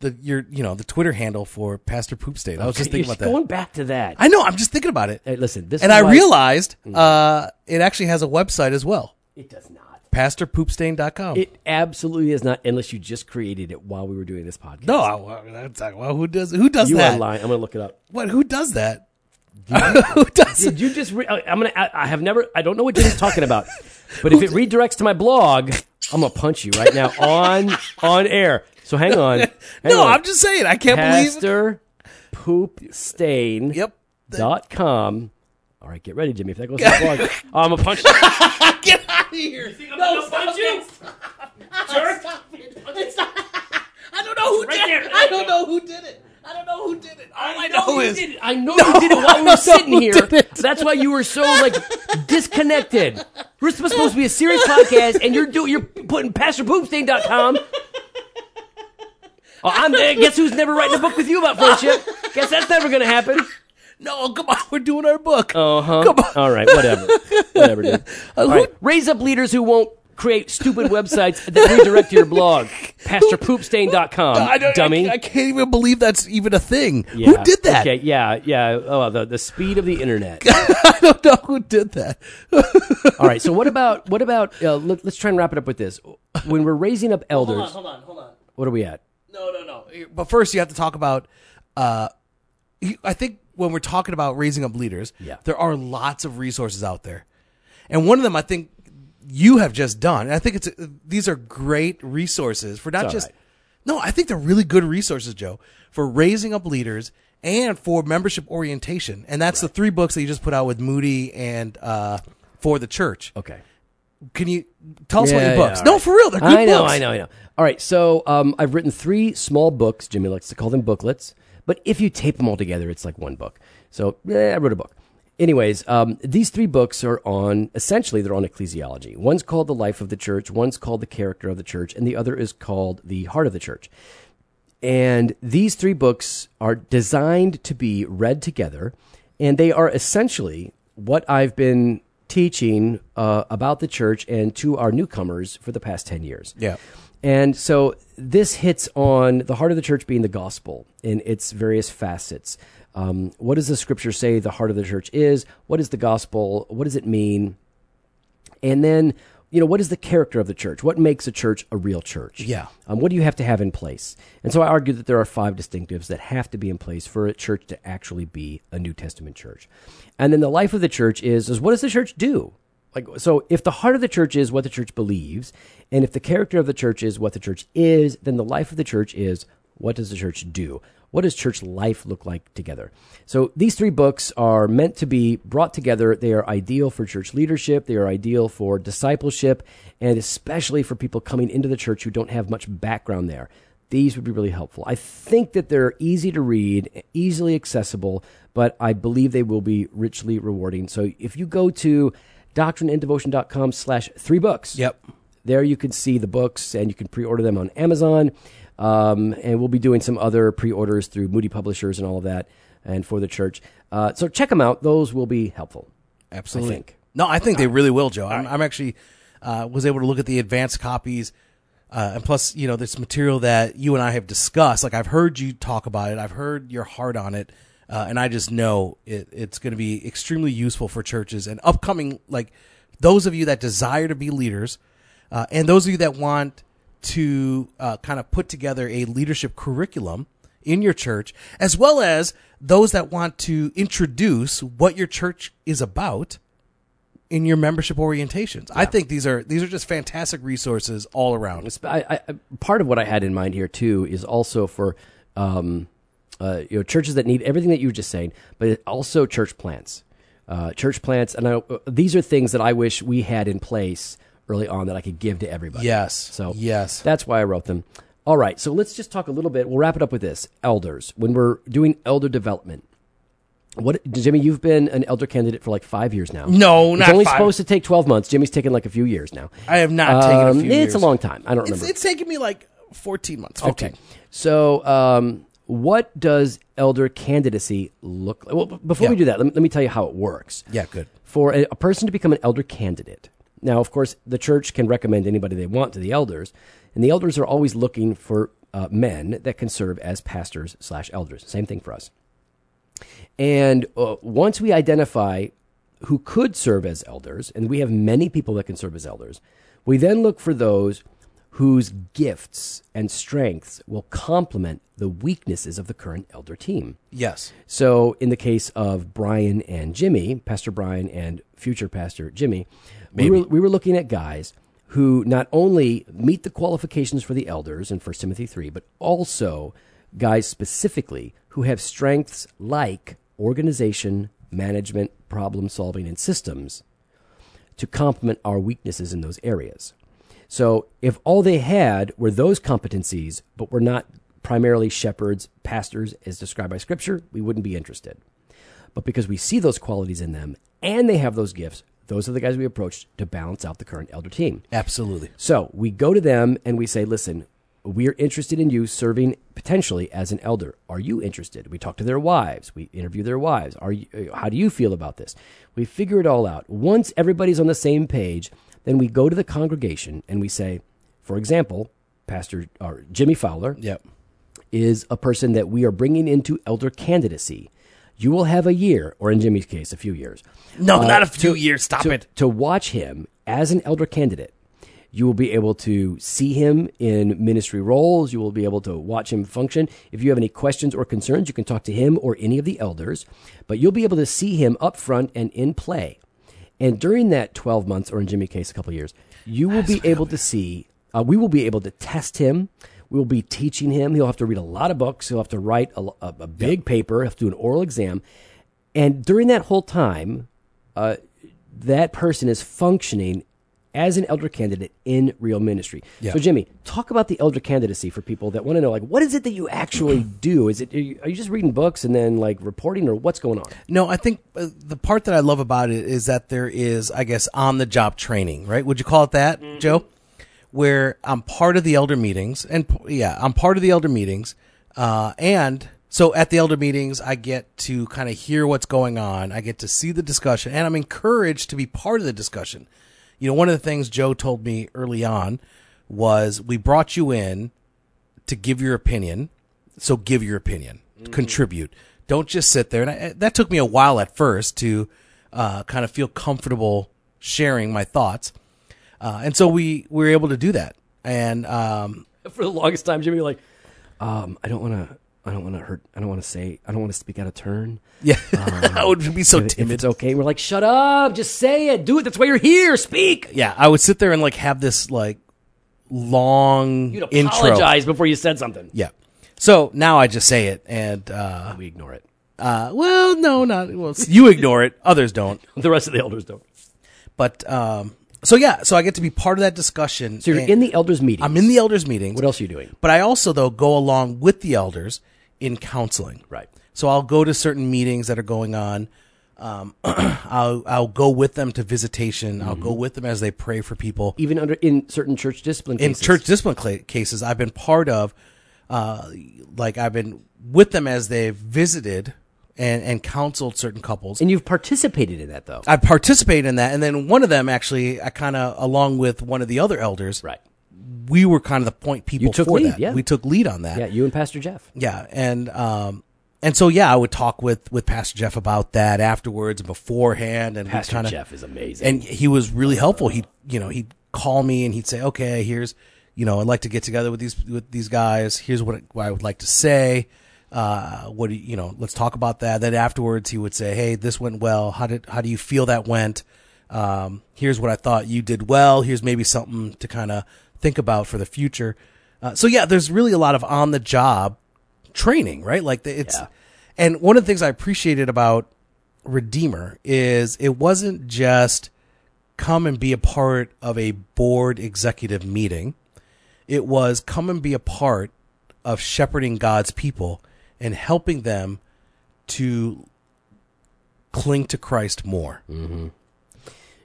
Speaker 2: the your you know the Twitter handle for Pastor Poop State. I
Speaker 1: (laughs)
Speaker 2: was just thinking
Speaker 1: You're
Speaker 2: about that.
Speaker 1: Going back to that.
Speaker 2: I know. I'm just thinking about it,
Speaker 1: Hey, listen, this
Speaker 2: and
Speaker 1: is
Speaker 2: I
Speaker 1: why-
Speaker 2: realized
Speaker 1: Mm.
Speaker 2: uh, it actually has a website as well,
Speaker 1: It does not.
Speaker 2: PastorPoopstain.com.
Speaker 1: It absolutely is not, unless you just created it while we were doing this podcast.
Speaker 2: no, I, well, that's like, well, who does who does
Speaker 1: you
Speaker 2: that?
Speaker 1: are lying. I'm going to look it up.
Speaker 2: What? Who
Speaker 1: (laughs)
Speaker 2: does that? who does?
Speaker 1: Did you just? Re- I- I'm going to. I have never. I don't know what Jim's talking (laughs) about. But if it redirects to my blog, I'm going to punch you right now on on air. So hang (laughs) on. Hang
Speaker 2: No,
Speaker 1: on.
Speaker 2: I'm just saying. I can't believe.
Speaker 1: Pastor Poop Stain.
Speaker 2: Yep.
Speaker 1: Dot com. All right, get ready, Jimmy. If that goes to (laughs) the blog, I'm gonna punch you.
Speaker 2: Get out of here.
Speaker 1: No, punch you.
Speaker 2: I don't know who did it. I don't know who did it. I don't know who did it. All I, know,
Speaker 1: you
Speaker 2: is
Speaker 1: did it. I know you did it while we
Speaker 2: I know
Speaker 1: were sitting
Speaker 2: you
Speaker 1: here.
Speaker 2: did it.
Speaker 1: That's why you were so like disconnected. We're supposed to be a serious podcast, and you're doing you're putting PastorPoopstain.com. Oh, I'm there. Guess who's never writing a book with you about friendship? Guess that's never going to happen.
Speaker 2: no. Come on, we're doing our book.
Speaker 1: Uh huh. All right, whatever, whatever, dude. All right, raise up leaders who won't create stupid websites that redirect to your blog,
Speaker 2: I
Speaker 1: PastorPoopstain.com.
Speaker 2: don't,
Speaker 1: Dummy.
Speaker 2: I, I can't even believe that's even a thing.
Speaker 1: Yeah.
Speaker 2: Who did that?
Speaker 1: Okay, yeah, yeah. Oh, the the speed of the internet.
Speaker 2: (laughs) I don't know who did that.
Speaker 1: All right. So what about what about? Uh, let, us try and wrap it up with this. When we're raising up elders,
Speaker 2: Hold on, hold on.
Speaker 1: what are we at?
Speaker 2: No, no, no. Oh, But first, you have to talk about. Uh, you- I think when we're talking about raising up leaders,
Speaker 1: Yeah.
Speaker 2: there are lots of resources out there, and one of them I think you have just done. And I think it's these are great resources for not
Speaker 1: all
Speaker 2: just.
Speaker 1: right.
Speaker 2: No, I think they're really good resources, Joe, for raising up leaders and for membership orientation, and that's the three books that you just put out with Moody and uh, for the church.
Speaker 1: Okay.
Speaker 2: Can you tell us what
Speaker 1: Yeah,
Speaker 2: your
Speaker 1: yeah,
Speaker 2: books?
Speaker 1: all
Speaker 2: no,
Speaker 1: right.
Speaker 2: for real, they're good
Speaker 1: I know,
Speaker 2: books.
Speaker 1: I know, I know. All right, so um, I've written three small books. Jimmy likes to call them booklets, but if you tape them all together, it's like one book. So eh, I wrote a book. Anyways, um, these three books are on essentially they're on ecclesiology. One's called the life of the church, one's called the character of the church, and the other is called the heart of the church. And these three books are designed to be read together, and they are essentially what I've been teaching uh, about the church and to our newcomers for the past 10 years.
Speaker 2: Yeah.
Speaker 1: And so this hits on the heart of the church being the gospel in its various facets. Um, what does the scripture say the heart of the church is? What is the gospel? What does it mean? And then, you know, what is the character of the church? What makes a church a real church?
Speaker 2: Yeah.
Speaker 1: Um, what do you have to have in place? And so I argue that there are five distinctives that have to be in place for a church to actually be a New Testament church. And then the life of the church is, is what does the church do? Like, so if the heart of the church is what the church believes, and if the character of the church is what the church is, then the life of the church is what does the church do? What does church life look like together? So these three books are meant to be brought together. They are ideal for church leadership, they are ideal for discipleship, and especially for people coming into the church who don't have much background there. These would be really helpful. I think that they're easy to read, easily accessible, but I believe they will be richly rewarding. So if you go to doctrineanddevotion.com slash three books,
Speaker 2: Yep.
Speaker 1: there you can see the books and you can pre-order them on Amazon. Um, and we'll be doing some other pre-orders through Moody Publishers and all of that, and for the church. Uh, so check them out; those will be helpful.
Speaker 2: Absolutely.
Speaker 1: I think.
Speaker 2: No, I think they really will, Joe. I'm, I'm actually uh, was able to look at the advanced copies, uh, and plus, you know, this material that you and I have discussed. Like I've heard you talk about it. I've heard your heart on it, uh, and I just know it, it's going to be extremely useful for churches and upcoming, like those of you that desire to be leaders, uh, and those of you that want to uh, kind of put together a leadership curriculum in your church, as well as those that want to introduce what your church is about in your membership orientations. I think these are these are just fantastic resources all around.
Speaker 1: Sp- I, I, I- part of what I had in mind here too is also for um, uh, you know churches that need everything that you were just saying, but also church plants, uh, church plants, and I, uh, these are things that I wish we had in place early on that I could give to everybody.
Speaker 2: Yes.
Speaker 1: So
Speaker 2: yes.
Speaker 1: That's why I wrote them. All right, so let's just talk a little bit. We'll wrap it up with this elders. When we're doing elder development, what Jimmy? You've been an elder candidate for like five years now.
Speaker 2: No,
Speaker 1: it's
Speaker 2: not
Speaker 1: only
Speaker 2: five.
Speaker 1: supposed to take twelve months. Jimmy's taken like a few years now. Um,
Speaker 2: I have not taken a
Speaker 1: It's
Speaker 2: few years.
Speaker 1: a long time. I don't
Speaker 2: it's,
Speaker 1: remember.
Speaker 2: it's taken me like 14 months. 15.
Speaker 1: okay, so um, what does elder candidacy look like? Well, b- before we
Speaker 2: Yeah.
Speaker 1: do that, let me, let me tell you how it works
Speaker 2: Yeah, good.
Speaker 1: for a, a person to become an elder candidate. Now, of course, the church can recommend anybody they want to the elders, and the elders are always looking for uh, men that can serve as pastors slash elders. Same thing for us. And uh, once we identify who could serve as elders, and we have many people that can serve as elders, we then look for those whose gifts and strengths will complement the weaknesses of the current elder team.
Speaker 2: Yes.
Speaker 1: So, in the case of Brian and Jimmy, Pastor Brian and future Pastor Jimmy, we were, we were looking at guys who not only meet the qualifications for the elders in 1 Timothy 3, but also guys specifically who have strengths like organization, management, problem solving, and systems to complement our weaknesses in those areas. So if all they had were those competencies, but were not primarily shepherds, pastors, as described by Scripture, we wouldn't be interested. But because we see those qualities in them and they have those gifts, those are the guys we approached to balance out the current elder team.
Speaker 2: Absolutely.
Speaker 1: So we go to them and we say, listen, we're interested in you serving potentially as an elder. Are you interested? We talk to their wives. We interview their wives. Are you, uh, how do you feel about this? We figure it all out. Once everybody's on the same page, then we go to the congregation and we say, for example, Pastor or Jimmy Fowler
Speaker 2: Yep.
Speaker 1: is a person that we are bringing into elder candidacy. You will have a year, or in Jimmy's case, a few years,
Speaker 2: No, not a few years. Stop
Speaker 1: to,
Speaker 2: it.
Speaker 1: to watch him as an elder candidate. You will be able to see him in ministry roles. You will be able to watch him function. If you have any questions or concerns, you can talk to him or any of the elders, but you'll be able to see him up front and in play. And during that 12 months, or in Jimmy's case, a couple years, you will be able to see, uh, we will be able to test him. We will be teaching him. He'll have to read a lot of books. He'll have to write a, lo- a- a big paper, have to do an oral exam. And during that whole time, uh, that person is functioning as an elder candidate in real ministry. So, Jimmy, talk about the elder candidacy for people that want to know, like, what is it that you (clears throat) actually do? Is it are you, are you just reading books and then like reporting, or what's going on?
Speaker 2: No, I think uh, the part that I love about it is that there is, I guess, on the job training, right? Would you call it that, Joe? Where I'm part of the elder meetings, and p- yeah, I'm part of the elder meetings. Uh, and so at the elder meetings, I get to kind of hear what's going on, I get to see the discussion, and I'm encouraged to be part of the discussion. You know, one of the things Joe told me early on was we brought you in to give your opinion. So give your opinion,
Speaker 1: Mm-hmm.
Speaker 2: contribute. Don't just sit there. And I, that took me a while at first to uh, kind of feel comfortable sharing my thoughts. Uh, and so we, we were able to do that. And um,
Speaker 1: (laughs)
Speaker 2: (laughs)
Speaker 1: For the longest time, Jimmy, like, um, I don't want to, I don't want to hurt, I don't want to say, I don't want to speak out of turn.
Speaker 2: yeah, I would be so
Speaker 1: Um, If, if
Speaker 2: timid.
Speaker 1: it's okay, we're like, shut up, just say it, do it. That's why you're here. Speak.
Speaker 2: Yeah, I would sit there and like have this like long
Speaker 1: You'd
Speaker 2: intro.
Speaker 1: apologize before you said something.
Speaker 2: Yeah. So now I just say it, and uh,
Speaker 1: We ignore it. (laughs)
Speaker 2: uh, well, no, not well. You ignore it; others don't.
Speaker 1: The rest of the elders don't.
Speaker 2: But um, so yeah, so I get to be part of that discussion.
Speaker 1: So you're
Speaker 2: and
Speaker 1: in the elders' meeting.
Speaker 2: I'm in the elders meeting.
Speaker 1: what else are you doing?
Speaker 2: But I also though go along with the elders in counseling.
Speaker 1: Right.
Speaker 2: So I'll go to certain meetings that are going on. Um, (clears throat) I'll I'll go with them to visitation. I'll
Speaker 1: Mm-hmm.
Speaker 2: go with them as they pray for people
Speaker 1: Even under in certain church discipline
Speaker 2: in
Speaker 1: cases.
Speaker 2: church discipline cla cases I've been part of, uh, like I've been with them as they've visited and and counseled certain couples.
Speaker 1: and you've participated in that though.
Speaker 2: I participated in that, and then one of them actually, I kind of along with one of the other elders,
Speaker 1: right.
Speaker 2: we were kind of the point people
Speaker 1: took
Speaker 2: for
Speaker 1: lead,
Speaker 2: that.
Speaker 1: yeah.
Speaker 2: We took lead on that.
Speaker 1: Yeah, you and Pastor Jeff.
Speaker 2: Yeah, and um, and so yeah, I would talk with with Pastor Jeff about that afterwards and beforehand, and
Speaker 1: Pastor
Speaker 2: kind of
Speaker 1: Jeff is amazing.
Speaker 2: and he was really helpful. He you know he'd call me and he'd say, okay, here's you know I'd like to get together with these with these guys. Here's what, I would like to say. Uh, what do you, you know? Let's talk about that. Then afterwards, he would say, "Hey, this went well. How did how do you feel that went? Um, here's what I thought you did well. Here's maybe something to kind of think about for the future." Uh, so yeah, there's really a lot of on the job training, right? Like the, it's,
Speaker 1: Yeah.
Speaker 2: and one of the things I appreciated about Redeemer is it wasn't just come and be a part of a board executive meeting. It was come and be a part of shepherding God's people and helping them to cling to Christ more.
Speaker 1: Mm.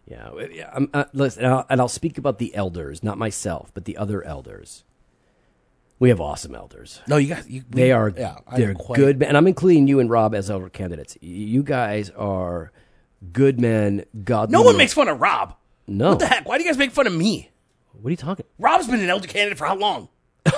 Speaker 1: Yeah, well, yeah, I'm, uh, listen, and I'll, and I'll speak about the elders, not myself, but the other elders. We have awesome elders.
Speaker 2: No, you got you,
Speaker 1: They are
Speaker 2: Yeah, I'm
Speaker 1: they're
Speaker 2: quite-
Speaker 1: good, men, and I'm including you and Rob as elder candidates. Y- You guys are good men, godly.
Speaker 2: No one
Speaker 1: men.
Speaker 2: makes fun of Rob.
Speaker 1: no.
Speaker 2: What the heck? Why do you guys make fun of me?
Speaker 1: What are you talking? (laughs)
Speaker 2: Rob's been an elder candidate for how long?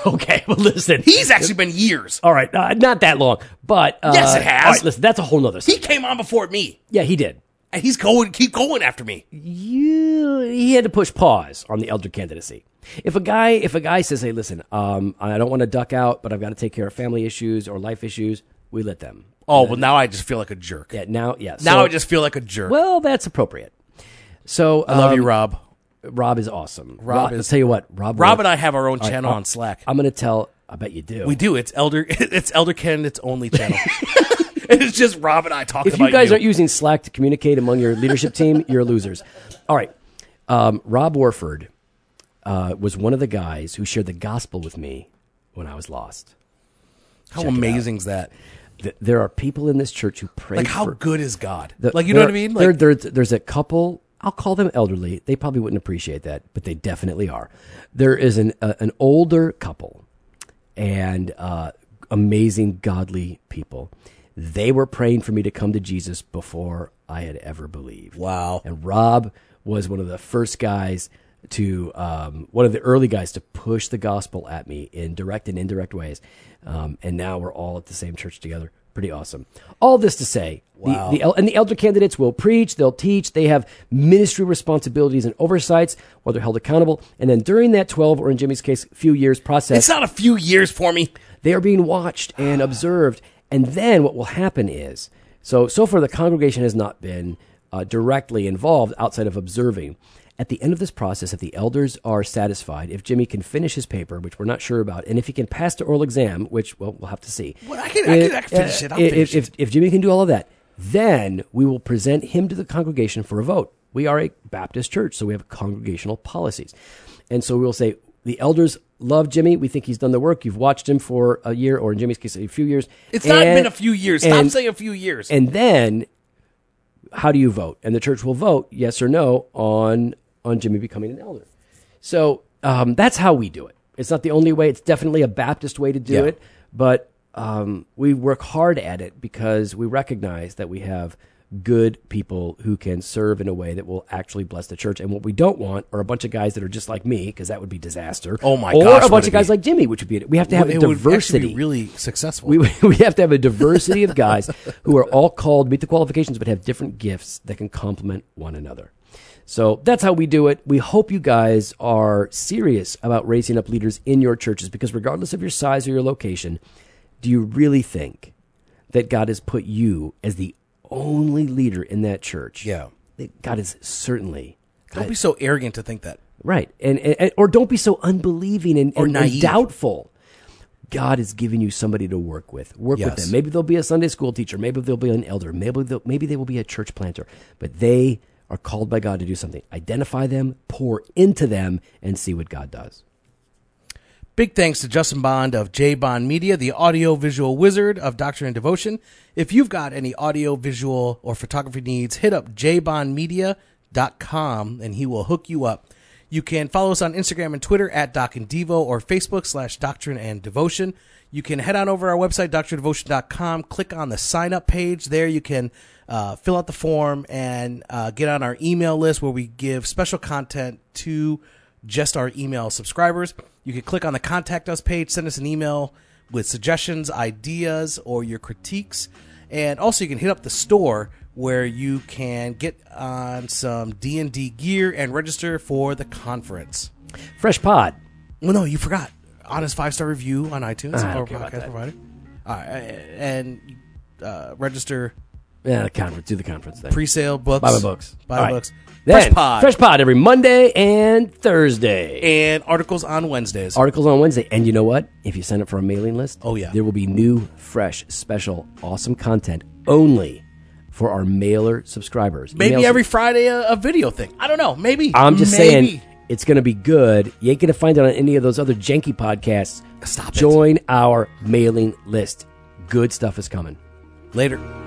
Speaker 1: okay, well, listen.
Speaker 2: He's actually been years.
Speaker 1: all right, uh, not that long, but uh,
Speaker 2: Yes, it has.
Speaker 1: all right, listen, that's a whole nother.
Speaker 2: He
Speaker 1: He,
Speaker 2: came on before me.
Speaker 1: yeah, he did.
Speaker 2: And he's going keep going after me.
Speaker 1: you he had to push pause on the elder candidacy. If a guy if a guy says, "Hey, listen, um, I don't want to duck out, but I've got to take care of family issues or life issues," we let them.
Speaker 2: Oh, well now I just feel like a jerk.
Speaker 1: Yeah, now, yeah,
Speaker 2: Now
Speaker 1: so-
Speaker 2: I just feel like a jerk.
Speaker 1: well, that's appropriate. So um,
Speaker 2: I love you, Rob.
Speaker 1: Rob is awesome.
Speaker 2: Rob
Speaker 1: Ro-
Speaker 2: is-
Speaker 1: I'll tell you what, Rob.
Speaker 2: Rob and I have our own channel
Speaker 1: I'll-
Speaker 2: on Slack.
Speaker 1: I'm going to tell. I bet you do.
Speaker 2: we do. It's elder. (laughs) It's elder candidates
Speaker 1: (laughs)
Speaker 2: only channel. (laughs) And it's just Rob and I talking
Speaker 1: if
Speaker 2: about
Speaker 1: you guys
Speaker 2: you.
Speaker 1: aren't using Slack to communicate among your leadership team, (laughs) you're losers. All right. Um, Rob Warford uh, was one of the guys who shared the gospel with me when I was lost.
Speaker 2: how amazing is that?
Speaker 1: Th- there are people in this church who pray
Speaker 2: Like how
Speaker 1: for
Speaker 2: good is God?
Speaker 1: the-
Speaker 2: like you know
Speaker 1: there-
Speaker 2: what I mean?
Speaker 1: there-
Speaker 2: Like
Speaker 1: there- there's a couple i'll call them elderly they probably wouldn't appreciate that but they definitely are there is an uh, an older couple and uh, amazing godly people they were praying for me to come to jesus before i had ever believed
Speaker 2: wow.
Speaker 1: and Rob was one of the first guys to, um, one of the early guys to push the gospel at me in direct and indirect ways. Um, and now we're all at the same church together. Pretty awesome. All this to say, the, the el- and the elder candidates will preach, they'll teach, they have ministry responsibilities and oversights while they're held accountable. And then during that 12, or in Jimmy's case, few years process,
Speaker 2: It's not a few years for me.
Speaker 1: they are being watched
Speaker 2: Ah.
Speaker 1: and observed. And then what will happen is so, so far, the congregation has not been uh, directly involved outside of observing. At the end of this process, if the elders are satisfied, if Jimmy can finish his paper, which we're not sure about, and if he can pass the oral exam, which, well, we'll have to see.
Speaker 2: Well, I can- I can- I can finish it. I'll
Speaker 1: if,
Speaker 2: finish
Speaker 1: if, if Jimmy can do all of that, then we will present him to the congregation for a vote. We are a Baptist church, so we have congregational policies. And so we'll say, the elders love Jimmy. We think he's done the work. You've watched him for a year, or in Jimmy's case, a few years.
Speaker 2: It's not
Speaker 1: And-
Speaker 2: been a few years. Stop
Speaker 1: and-
Speaker 2: saying a few years.
Speaker 1: And then, how do you vote? And the church will vote yes or no on on Jimmy becoming an elder. So um, that's how we do it. It's not the only way. It's definitely a Baptist way to do
Speaker 2: Yeah.
Speaker 1: it, but um, we work hard at it because we recognize that we have good people who can serve in a way that will actually bless the church. And what we don't want are a bunch of guys that are just like me, because that would be disaster.
Speaker 2: Oh my
Speaker 1: Or
Speaker 2: gosh,
Speaker 1: a
Speaker 2: would
Speaker 1: bunch
Speaker 2: it
Speaker 1: of guys
Speaker 2: be.
Speaker 1: like Jimmy, which would be we have to have a
Speaker 2: it would
Speaker 1: diversity
Speaker 2: actually be really successful.
Speaker 1: we, (laughs) we have to have a diversity of guys who are all called meet the qualifications but have different gifts that can complement one another so that's how we do it we hope you guys are serious about raising up leaders in your churches because regardless of your size or your location do you really think that god has put you as the only leader in that church
Speaker 2: Yeah.
Speaker 1: That god is certainly
Speaker 2: Don't be so arrogant to think that.
Speaker 1: Right. And, and, and- or don't be so unbelieving and, and, and
Speaker 2: naive.
Speaker 1: doubtful. God is giving you somebody to work with. Work with
Speaker 2: Yes.
Speaker 1: them. Maybe they'll be a Sunday school teacher. Maybe they'll be an elder. Maybe they'll, maybe they will be a church planter. But they are called by God to do something. Identify them, pour into them, and see what God does.
Speaker 2: Big thanks to Justin Bond of J Bond Media, the audio visual wizard of Doctrine and Devotion. If you've got any audio visual or photography needs, hit up jbondmedia.com and he will hook you up. You can follow us on Instagram and Twitter at Doc and Devo or Facebook slash Doctrine and Devotion. You can head on over to our website, doctrinedevotion.com, click on the sign up page. There you can uh, fill out the form and uh, get on our email list where we give special content to just our email subscribers. You can click on the contact us page, send us an email with suggestions, ideas, or your critiques. And also you can hit up the store where you can get on some D&D gear and register for the conference.
Speaker 1: Fresh Pod.
Speaker 2: Well, no, you forgot. Honest five-star review on iTunes
Speaker 1: Ah, I don't
Speaker 2: or
Speaker 1: care about
Speaker 2: podcast
Speaker 1: that.
Speaker 2: provider. All right, and uh, register
Speaker 1: Yeah, the Eh, conference. Do the conference thing.
Speaker 2: pre-sale books.
Speaker 1: Buy my books.
Speaker 2: Buy
Speaker 1: All
Speaker 2: my
Speaker 1: right.
Speaker 2: books.
Speaker 1: Then,
Speaker 2: Fresh Pod
Speaker 1: Fresh Pod every Monday and Thursday.
Speaker 2: and articles on Wednesdays.
Speaker 1: Articles on Wednesday. And you know what? If you sign up for our mailing list,
Speaker 2: Oh, yeah.
Speaker 1: there will be new, fresh, special, awesome content only for our mailer subscribers.
Speaker 2: Maybe
Speaker 1: Emails-
Speaker 2: every Friday a, a video thing. I don't know. Maybe.
Speaker 1: I'm just
Speaker 2: Maybe.
Speaker 1: saying it's going to be good. You ain't going to find it on any of those other janky podcasts.
Speaker 2: Stop it.
Speaker 1: Join our mailing list. Good stuff is coming.
Speaker 2: Later.